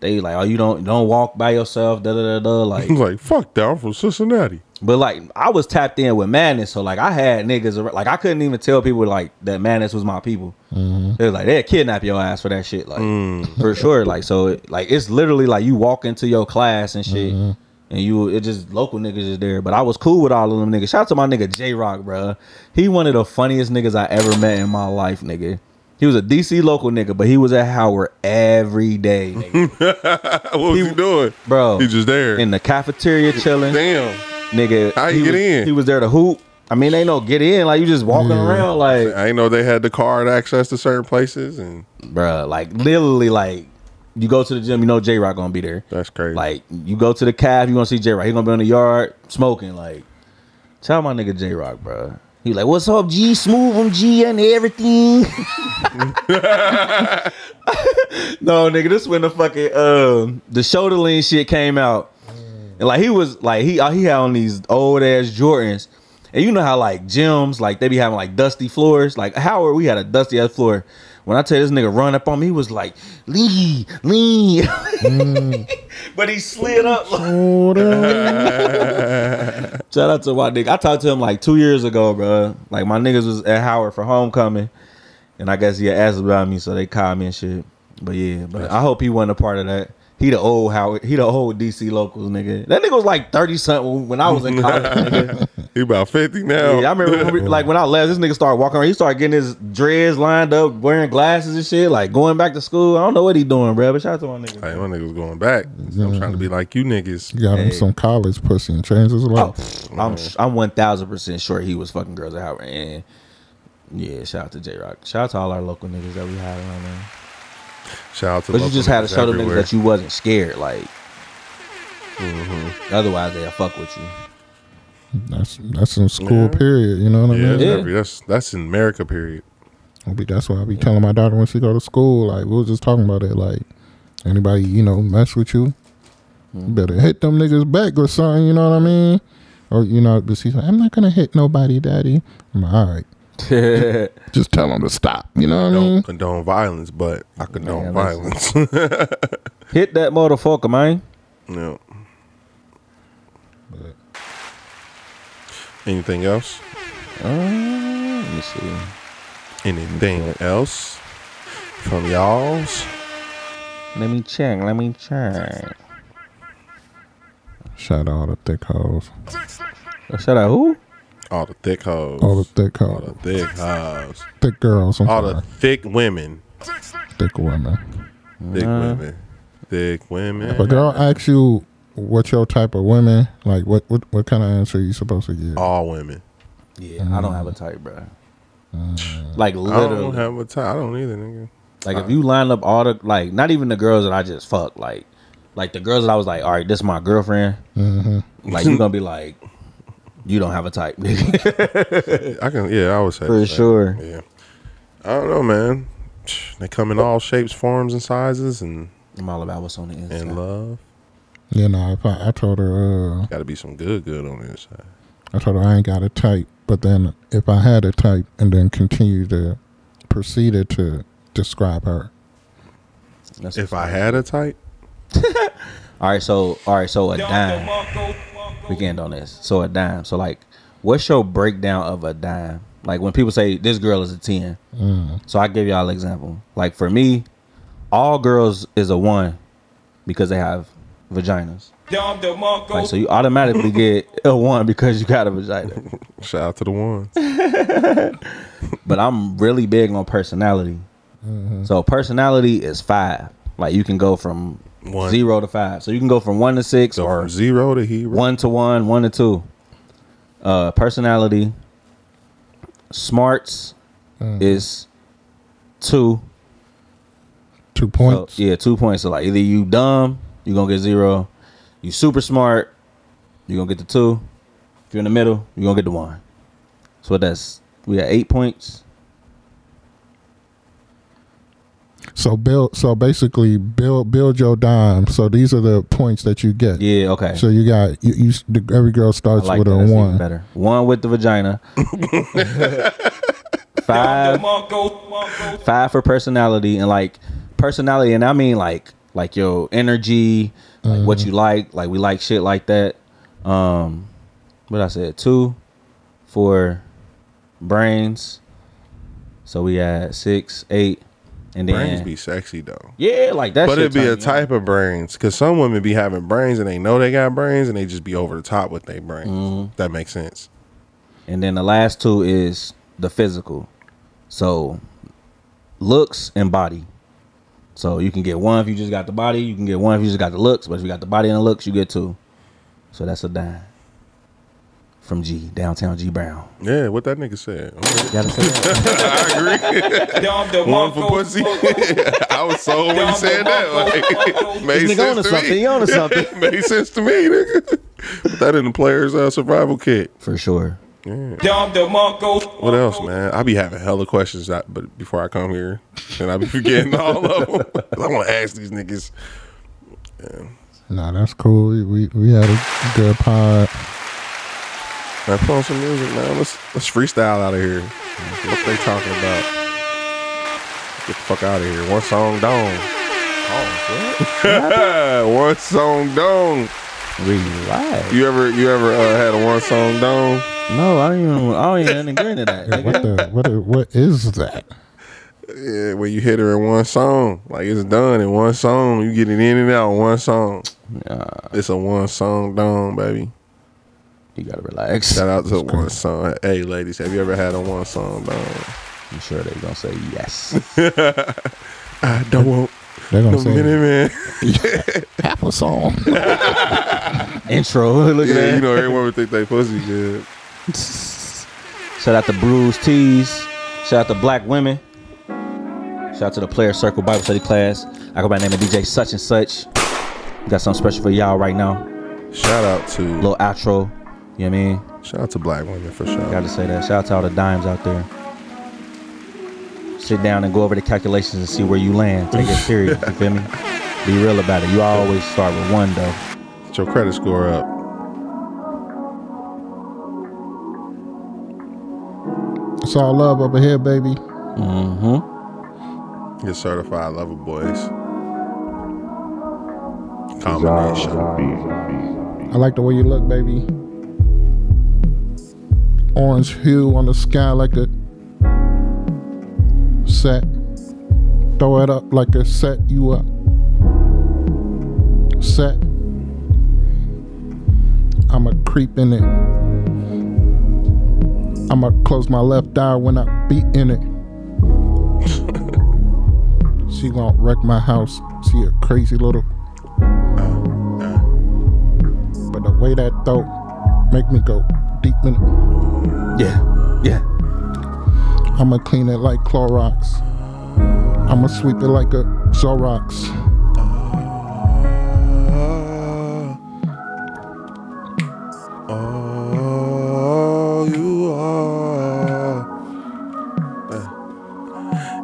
S3: they like, oh, you don't don't walk by yourself. Da da da da. Like,
S2: like fuck that. I'm from Cincinnati.
S3: but like I was tapped in with madness, so like I had niggas ar- like I couldn't even tell people like that madness was my people. It was like they kidnap your ass for that shit, like
S2: Mm.
S3: for sure. Like so, it, like it's literally like you walk into your class and shit, and you it just local niggas is there. But I was cool with all of them niggas. Shout out to my nigga J Rock, bruh. He one of the funniest niggas I ever met in my life, nigga. He was a DC local nigga, but he was at Howard every day,
S2: (laughs)
S3: nigga.
S2: what was he, doing?
S3: bro.
S2: He just there.
S3: in the cafeteria chilling.
S2: Damn,
S3: nigga.
S2: How
S3: he
S2: you get
S3: was,
S2: in?
S3: He was there to hoop. I mean, they no get in. Like you just walking around, like
S2: I ain't know they had the card access to certain places and
S3: bruh, like literally, like you go to the gym, you know J Rock gonna be there.
S2: That's crazy.
S3: Like you go to the calf, you gonna see J Rock. He gonna be in the yard smoking. Like tell my nigga J Rock, bruh. He like, what's up, G? Smooth on G and everything. (laughs) no, nigga, this when the fucking um the shoulder lean shit came out, and like he was like he uh, he had on these old ass Jordans, and you know how like gyms like they be having like dusty floors. Like Howard, we had a dusty ass floor. When I tell you this nigga run up on me, he was like lean, lean, but he slid (laughs) up. Shout out to my nigga. I talked to him like two years ago, bro. Like my niggas was at Howard for homecoming, and I guess he had asked about me, so they called me and shit. But yeah, but I hope he wasn't a part of that. He the old Howard. He the old DC locals nigga. That nigga was like thirty something when I was in (laughs) college. nigga.
S2: he about fifty now.
S3: Yeah, I remember when we- like when I left, this nigga started walking around. He started getting his dreads lined up, wearing glasses and shit. Like going back to school. I don't know what he doing, bro. But shout out to my nigga.
S2: Hey, my nigga was going back. I'm trying to be like you niggas.
S4: You got him some college pussy and changed his life.
S3: Oh. I'm I'm one thousand percent sure he was fucking girls at Howard. And yeah, shout out to J Rock. Shout out to all our local niggas that we had around there.
S2: Shout out to
S3: But you
S2: local
S3: just had to
S2: niggas
S3: show them niggas
S2: everywhere.
S3: that you wasn't scared, like. Otherwise, they'll fuck with you.
S4: That's that's in school period. You know what I
S2: Yeah,
S4: mean?
S2: that's, every- that's that's in America period.
S4: I be- That's why I be telling my daughter when she go to school. Like we was just talking about it. Like anybody you know mess with you, you
S2: Mm-hmm.
S4: better hit them niggas back or something. You know what I mean? Or you know, but she's like, I'm not gonna hit nobody, daddy. I'm like, all right. just tell them to stop. You know what I
S2: don't
S4: mean?
S2: condone violence, but I condone
S3: Man,
S2: violence. (laughs)
S3: listen. (laughs) Hit that motherfucker, man.
S2: No. Anything else?
S3: Mm-hmm. let me see.
S2: Anything else from y'all's?
S3: Let me check. Let me check.
S4: Shout out all the thick hoes.
S3: Oh, Shout out who?
S2: All the thick hoes.
S4: All the thick hoes.
S2: All the thick hoes.
S4: Thick girls. I'm
S2: All
S4: sorry.
S2: the thick women.
S4: thick women.
S2: Thick
S4: Nah.
S2: women. Thick women.
S4: If a girl asks you what your type of women, like what what, what kind of answer you supposed to give?
S2: All women.
S3: Yeah, I don't have a type, bro. Like
S2: I don't
S3: literally,
S2: have a time. I don't either, nigga.
S3: like
S2: Uh-huh.
S3: if you line up all the like, not even the girls that I just fucked, like, like the girls that I was like, all right, this is my girlfriend.
S4: Mhm.
S2: Mm-hmm.
S3: Like you gonna be like, you don't have a type,
S2: (laughs)
S3: nigga.
S2: I can, yeah, I would say
S3: (laughs) For
S2: the same.
S3: sure.
S2: Yeah, I don't know, man. They come in all shapes, forms, and sizes, and
S3: I'm all about what's on the inside.
S2: And love,
S4: You know, if I, I told her, uh,
S2: got to be some good, good on the inside.
S4: I told her I ain't got a type, but then if I had a type and then continued to proceeded to describe her,
S2: if I had a type,
S3: All right, so all right, so a dime. We can end on this. So a dime. So like, what's your breakdown of a dime? Like when people say this girl is a ten.
S4: Mm.
S3: So I give y'all an example. Like for me, all girls is a one because they have vaginas. Like so you automatically get a one because you got a vagina.
S2: Shout out to the one.
S3: but I'm really big on personality. So personality is five. Like you can go from
S2: One.
S3: zero to five. So you can go from one to six or
S2: zero to hero.
S3: One to one, one to two. Uh personality. Smarts is two.
S4: Two points.
S3: yeah, two points. So like either you dumb, you're gonna get zero. You super smart, you're gonna get the two. If you're in the middle, you're gonna get the one. So that's we got eight points.
S4: so build, so basically build build your dime. So these are the points that you get.
S3: Yeah, okay.
S4: So you got you, you the- every girl starts
S3: I like
S4: with
S3: that.
S4: a
S3: That's even
S4: one.
S3: better. One with the vagina.
S2: (laughs)
S3: five, five for personality and like personality, and I mean like like your energy, like what you like. Like we like shit like that. Um, what I said two for brains. So we had six, eight, and then
S2: brains be sexy though.
S3: yeah, like that.
S2: but
S3: shit
S2: it'd be
S3: turn
S2: a
S3: me on.
S2: type of brains, cause some women be having brains and they know they got brains and they just be over the top with their brains.
S3: Mm-hmm.
S2: That makes sense.
S3: And then the last two is the physical. So looks and body. So you can get one if you just got the body, you can get one if you just got the looks, but if you got the body and the looks, you get two. So that's a dime. From G, downtown G Brown.
S2: Yeah, what that nigga said.
S3: Gotta say
S2: I agree. One for pussy. (laughs) I was so when he said that. Like, (laughs) made
S3: This nigga
S2: sense
S3: onto
S2: to
S3: something.
S2: Me.
S3: He onto something.
S2: (laughs) made sense to me, nigga. Put that in the player's uh, survival kit.
S3: (laughs) For sure.
S2: Yeah. What else, man? I be having hella questions, that, but before I come here, and I be forgetting all of them. (laughs) I want to ask these niggas.
S4: Nah, that's cool. We, we we had a good pod.
S2: Man, put on some music, man. Let's let's freestyle out of here. What they talking about? Get the fuck out of here. One song down. (laughs) one song down.
S3: Relax.
S2: You ever you ever uh, had a one song down?
S3: No, I don't even I don't even agree to that.
S4: What the what what is that?
S2: Yeah, where you hit her in one song, like it's done in one song. You get it in and out in one song. It's a one song dong, baby.
S3: You gotta relax.
S2: Shout out to one song. Hey, ladies, have you ever had a one song dong?
S3: I'm sure they're gonna say yes. (laughs)
S2: I don't (laughs) want.
S4: They're gonna
S2: no
S4: say-
S2: Minutemen.
S4: Apple song.
S3: Intro. (laughs)
S2: (laughs)
S3: Look at
S2: yeah,
S3: that.
S2: You know, everyone would think they pussy good.
S3: Shout out to Bruise Tees. Shout out to Black Women. Shout out to the Player Circle Bible Study class. I go by the name of DJ Such and Such. Got something special for y'all right now.
S2: Shout out to
S3: little outro. You know what I mean?
S2: Shout out to Black Women for sure.
S3: Got to say that. Shout out to all the dimes out there. Sit down and go over the calculations and see where you land. Take it serious. you feel me? Be real about it. You always start with one though.
S2: Get your credit score up.
S4: It's all love over here, baby.
S3: Mm-hmm.
S2: Your certified lover boys. Combination.
S4: I like the way you look, baby. Orange hue on the sky like a set. Throw it up like a set you up. Set. I'ma creep in it. I'ma close my left eye when I beat in it. (laughs) she gon' wreck my house. She a crazy little But the way that though make me go deep in it.
S3: Yeah, yeah.
S4: I'ma clean it like Clorox. I'ma sweep it like a Xorox.
S2: all you are.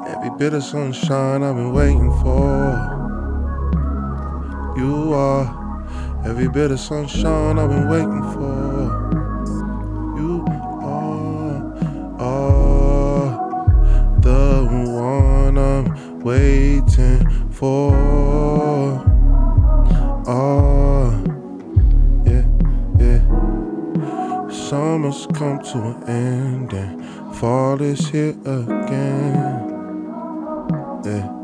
S2: Every bit of sunshine I've been waiting for. You are every bit of sunshine I've been waiting for. You are, are the one I'm waiting for. Are, Uh, yeah, yeah. Summer's come to an end and fall is here again. Yeah.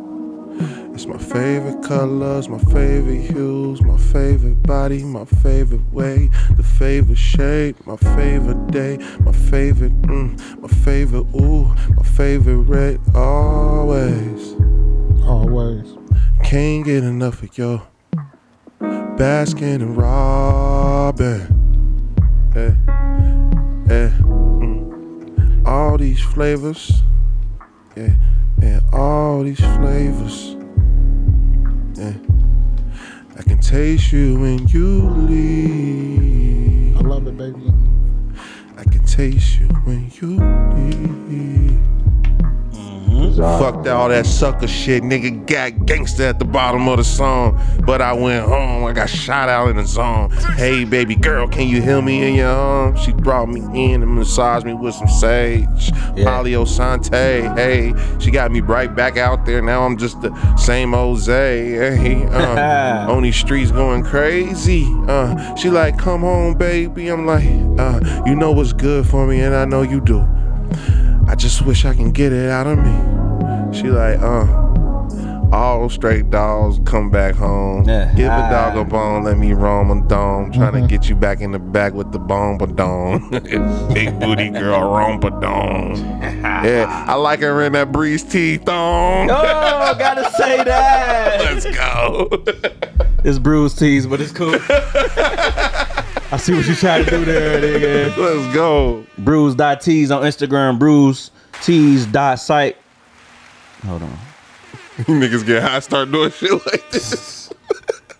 S2: It's my favorite colors, my favorite hues, my favorite body, my favorite way, the favorite shade, my favorite day, my favorite mm, my favorite ooh, my favorite red always.
S4: Always.
S2: Can't get enough of your basking and robbing. Eh, eh, mm. All these flavors, yeah, and all these flavors, yeah. I can taste you when you leave.
S4: I love it, baby.
S2: I can taste you when you leave. Fucked all that sucker shit, nigga got gangsta at the bottom of the song. But I went home, I got shot out in the zone. Hey baby girl, can you heal me in your arms? She brought me in and massaged me with some sage. Polio Sante, hey. She got me right back out there. Now I'm just the same old Zay. Hey, uh, on these streets going crazy. Uh, she like, come home, baby. I'm like, uh, you know what's good for me, and I know you do. I just wish I can get it out of me. She like, uh, all straight dogs come back home. Give a dog a bone, let me roam a dome. Trying to get you back in the back with the bone but dome. (laughs) Big booty girl, roam but (laughs) dome. Yeah, I like her in that breeze tea thong.
S3: Oh, gotta say that.
S2: Let's go. (laughs)
S3: It's bruised tees, but it's cool. I see what you trying to do there, nigga.
S2: Let's go.
S3: Bruise.tees on Instagram, bruise tees dot site. Hold on.
S2: Niggas get high, start doing shit like this.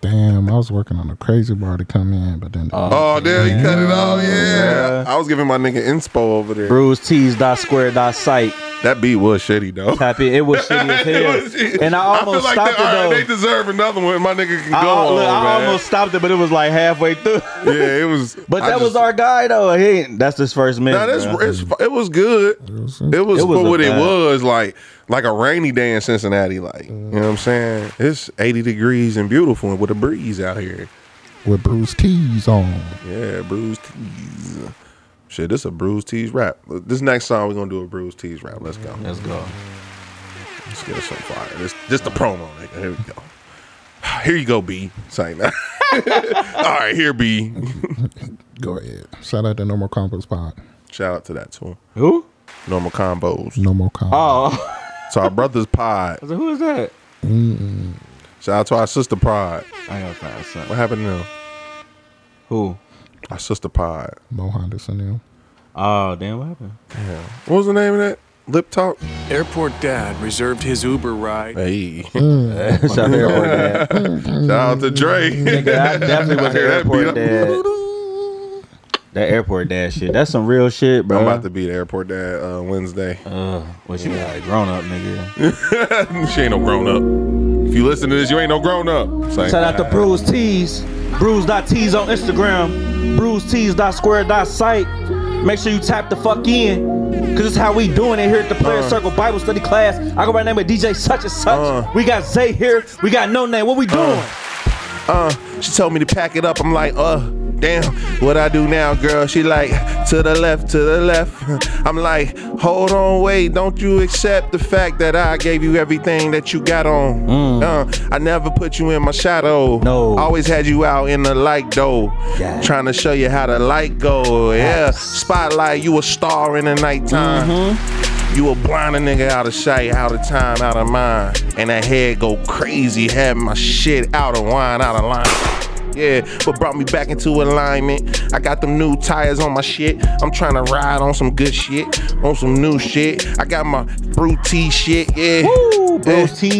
S4: Damn, I was working on a crazy bar to come in, but then
S2: Oh, there you cut it off. Yeah. I was giving my nigga inspo over there.
S3: Bruise tees dot square dot site.
S2: That beat was shitty though.
S3: Tap it. It was
S2: (laughs)
S3: shitty as hell. And I almost
S2: feel like
S3: stopped
S2: they, all right,
S3: it
S2: They deserve another one. My nigga can go
S3: though. I, al-
S2: on.
S3: look, I
S2: man.
S3: almost stopped it, but it was like halfway through.
S2: (laughs) Yeah, it was.
S3: But
S2: I
S3: that was
S2: just-
S3: our guy though. He ain't, that's his first minute.
S2: Nah, that's,
S3: bro.
S2: it's, it was good. It was,
S3: It was
S2: for
S3: a
S2: what it
S3: bad-
S2: was like, like a rainy day in Cincinnati. Like, you know what I'm saying? It's 80 degrees and beautiful, and with a breeze out here.
S4: with Bruce T's on.
S2: Yeah, bruised tees. Shit, this a bruised tees rap. This next song we're gonna do a bruised tees rap. Let's go.
S3: Let's go.
S2: Let's get us some fire. This, this the promo, nigga. Here we go. Here you go, B. Same. (laughs) All right, here, B.
S4: go ahead. Shout out to Normal Combos Pod.
S2: Shout out to that too. Who? Normal combos.
S4: Normal combos.
S3: Ah.
S2: Oh. so our brother's pod.
S3: who is that?
S4: Mm-mm.
S2: Shout out to our sister pod. I gotta find something. What happened to them? Who? Our sister pod.
S4: Mo Henderson, yeah.
S2: Oh damn, what (laughs) happened? Yeah. What was the name of that? Lip talk.
S17: Airport dad reserved his Uber ride.
S2: Hey.
S3: Mm-hmm.
S17: Mm.
S2: Shout out to Airport Dad. Shout out to Dre.
S3: Nigga, I definitely was
S2: I
S3: an
S2: hear that beat
S3: airport
S2: up.
S3: dad. That airport dad shit. That's some real shit, bro.
S2: (laughs) I'm about to be the airport dad uh, Wednesday.
S3: Uh, what you got? Grown up, nigga.
S2: (laughs) she ain't no grown up. If you listen to this, you ain't no grown up. Same.
S3: Shout out to Bruise Tees. Bruise.tees on Instagram. Bruise.tees.square.site. Make sure you tap the fuck in. Cause it's how we doing it here at the Player
S2: Uh.
S3: Circle Bible Study class. I go by the name of DJ Such and Such. We got Zay here. We got No Name. What we doing?
S2: Uh, she told me to pack it up. I'm like, uh, damn, what I do now, girl? She like, to the left, to the left. (laughs) I'm like, hold on, wait, don't you accept the fact that I gave you everything that you got on? Uh, I never put you in my shadow. No, always had you out in the light though, trying to show you how the light go. Yeah, spotlight, you a star in the nighttime. You a blind a nigga out of sight, out of time, out of mind. And that head go crazy, having my shit out of wine, out of line. Yeah, but brought me back into alignment. I got them new tires on my shit. I'm trying to ride on some good shit, on some new shit. I got my brew tea shit, yeah. Woo,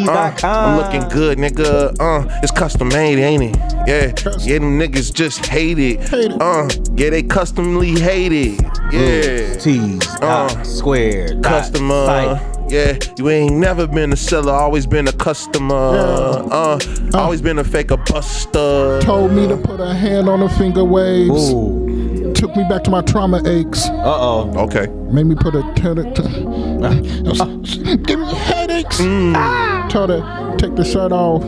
S2: I'm looking good, nigga. Uh, it's custom made, ain't it? Yeah, yeah, them niggas just hate it. Uh, yeah, they customly hate it. Yeah. Uh.
S3: Tees. square. dot
S2: Customer.
S3: site.
S2: Yeah, you ain't never been a seller, always been a customer. Uh, always been a faker buster.
S4: Told me to put a hand on the finger waves. Took me back to my trauma aches.
S2: Uh oh. Okay.
S4: Made me put a tenant. Give me headaches. Told her take the shirt off,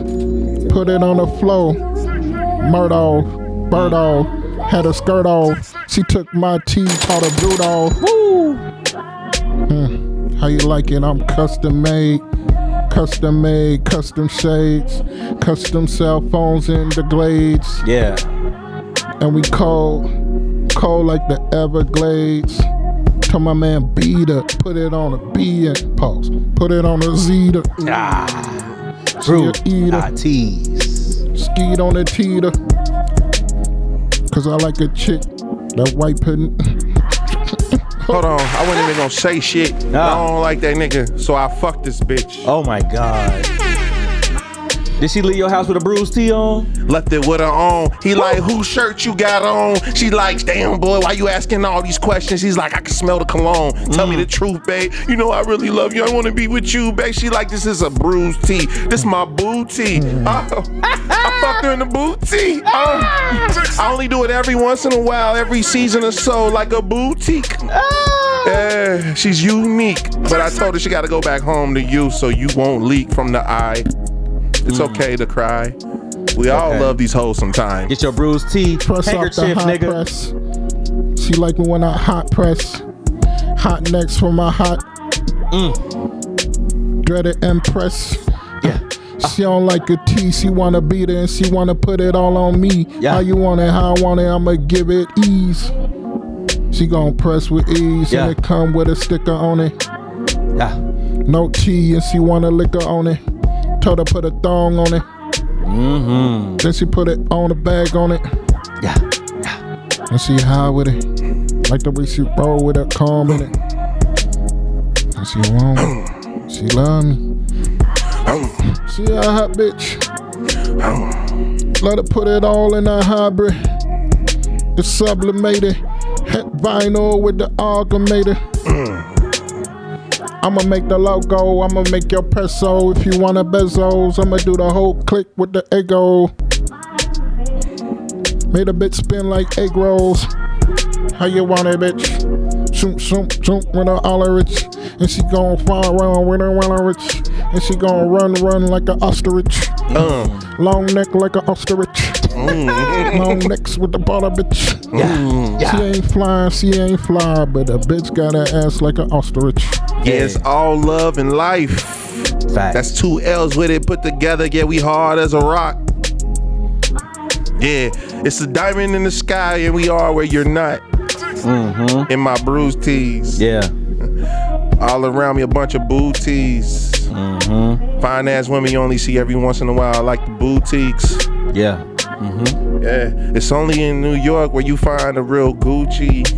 S4: put it on the floor. Murd off, bird off, had a skirt off. She took my tea, called her boot off. Woo! How you like it? I'm custom made. Custom made, custom shades, custom cell phones in the glades.
S3: Yeah.
S4: And we cold, cold like the Everglades. Tell my man Beta, put it on a B and pause. Put it on a Zeta.
S3: Ah, Drew. Ah, tease.
S4: Skeet on a teeter. Cause I like a chick that white pudding.
S2: Hold on, I wasn't even gonna say shit. I don't like that nigga, so I fucked this bitch.
S3: Oh my god. Did she leave your house with a bruise tee on?
S2: Left it with her on. He like, whose shirt you got on? She like, damn boy, why you asking all these questions? He's like, I can smell the cologne. Tell me the truth, babe. You know I really love you. I wanna be with you, babe. She like, this is a bruised tee. This my booty. Oh, I fucked her in the booty. Oh, I only do it every once in a while, every season or so, like a boutique. Yeah, she's unique. But I told her she gotta go back home to you so you won't leak from the eye. It's okay to cry. We all
S3: Mm. Okay.
S2: love these hoes sometimes.
S3: Get your bruised tee,
S4: Press off the
S3: handkerchief,
S4: hot
S3: nigga.
S4: press. She like me when I hot press. Hot necks for my hot.
S3: Mm.
S4: Dreaded impress. Yeah. She don't like a T, she wanna beat it and she wanna put it all on me. How you want it, how I want it, I'ma give it ease. She gon' press with ease
S3: Yeah.
S4: and it come with a sticker on it.
S3: Yeah.
S4: No tea and she wanna liquor on it. Told her put a thong on it.
S3: Mm-hmm.
S4: Then she put it on the bag on it.
S3: Yeah.
S4: And she high with it. Like the way she roll with her calm in it. And she want it. She love me. She a hot bitch. Let her put it all in a hybrid. It's sublimated. Hit vinyl with the amalgamator. I'ma make the logo, I'ma make your peso. If you wanna bezos, I'ma do the whole click with the ego. Made a bitch spin like egg rolls. How you want it, bitch? Shoot, shoot, shoot with her all her rich. And she gon' fly around with her when her rich. And she gon' run, run like an ostrich.
S2: Um.
S4: Long neck like an ostrich. Long necks with the bottle, bitch.
S2: Mm.
S4: She ain't fly, she ain't fly, but a bitch got her ass like an ostrich.
S2: Yeah, it's all love and life. That's two L's with it put together. Yeah, we hard as a rock. Yeah, it's a diamond in the sky, and we are where you're not. In my bruised tees.
S3: Mm-hmm. Yeah.
S2: All around me, a bunch of booties.
S3: Mm-hmm.
S2: Fine ass women you only see every once in a while, like the boutiques.
S3: Yeah.
S2: Yeah. It's only in New York where you find a real Gucci.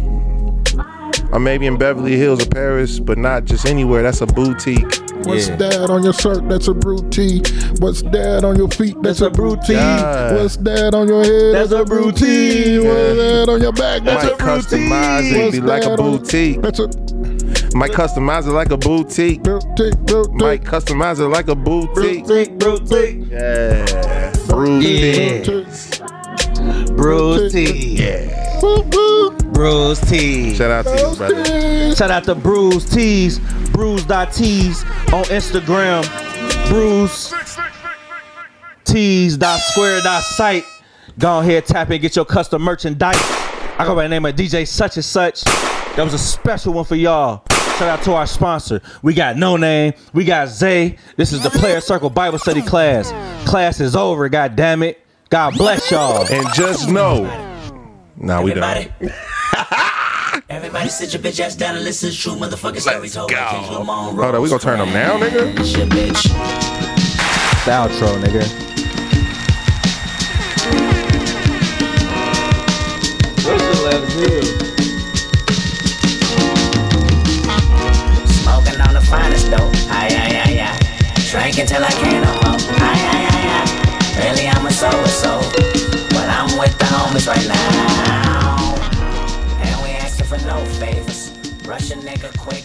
S2: Or maybe in Beverly Hills or Paris, but not just anywhere. That's a boutique.
S4: What's that on your shirt? That's a brute tee. What's that on your feet? That's, a brute tee.
S2: Yeah.
S4: What's that on your head? That's a brute tee. What's that on your back? That's
S2: Might
S4: a brute tee.
S2: customize it
S4: What's
S2: be like a
S4: that on-
S2: boutique.
S4: That's a
S2: Might customize it like a boutique.
S4: Boutique, boutique.
S2: Might customize it like a boutique.
S3: Boutique, boutique.
S2: Yeah. Boutique.
S3: Bruce T. Bruce T.
S2: Shout out to you, brother.
S3: Shout out to Bruce T's. Bruce.T's on Instagram. Bruce T's dot square dot site. Go ahead, tap in, get your custom merchandise. I go by the name of DJ Such and Such. That was a special one for y'all. Shout out to our sponsor. We got No Name. We got Zay. This is the Player Circle Bible Study class. Class is over. God damn it. God bless y'all.
S2: And just know. Nah, we don't.
S16: (laughs) Everybody sit your bitch ass down and listen to true motherfucking stories. Let's go.
S2: Hold on, we gonna turn them now, nigga?
S3: The outro, nigga.
S16: Smoking on the finest dope. Aye, aye, aye, aye. Drinking till I can't no more. Aye, aye, aye, aye. Really, I'm a soul, soul. But I'm with the homies right now. And we asking for no favors. Russian nigga quick.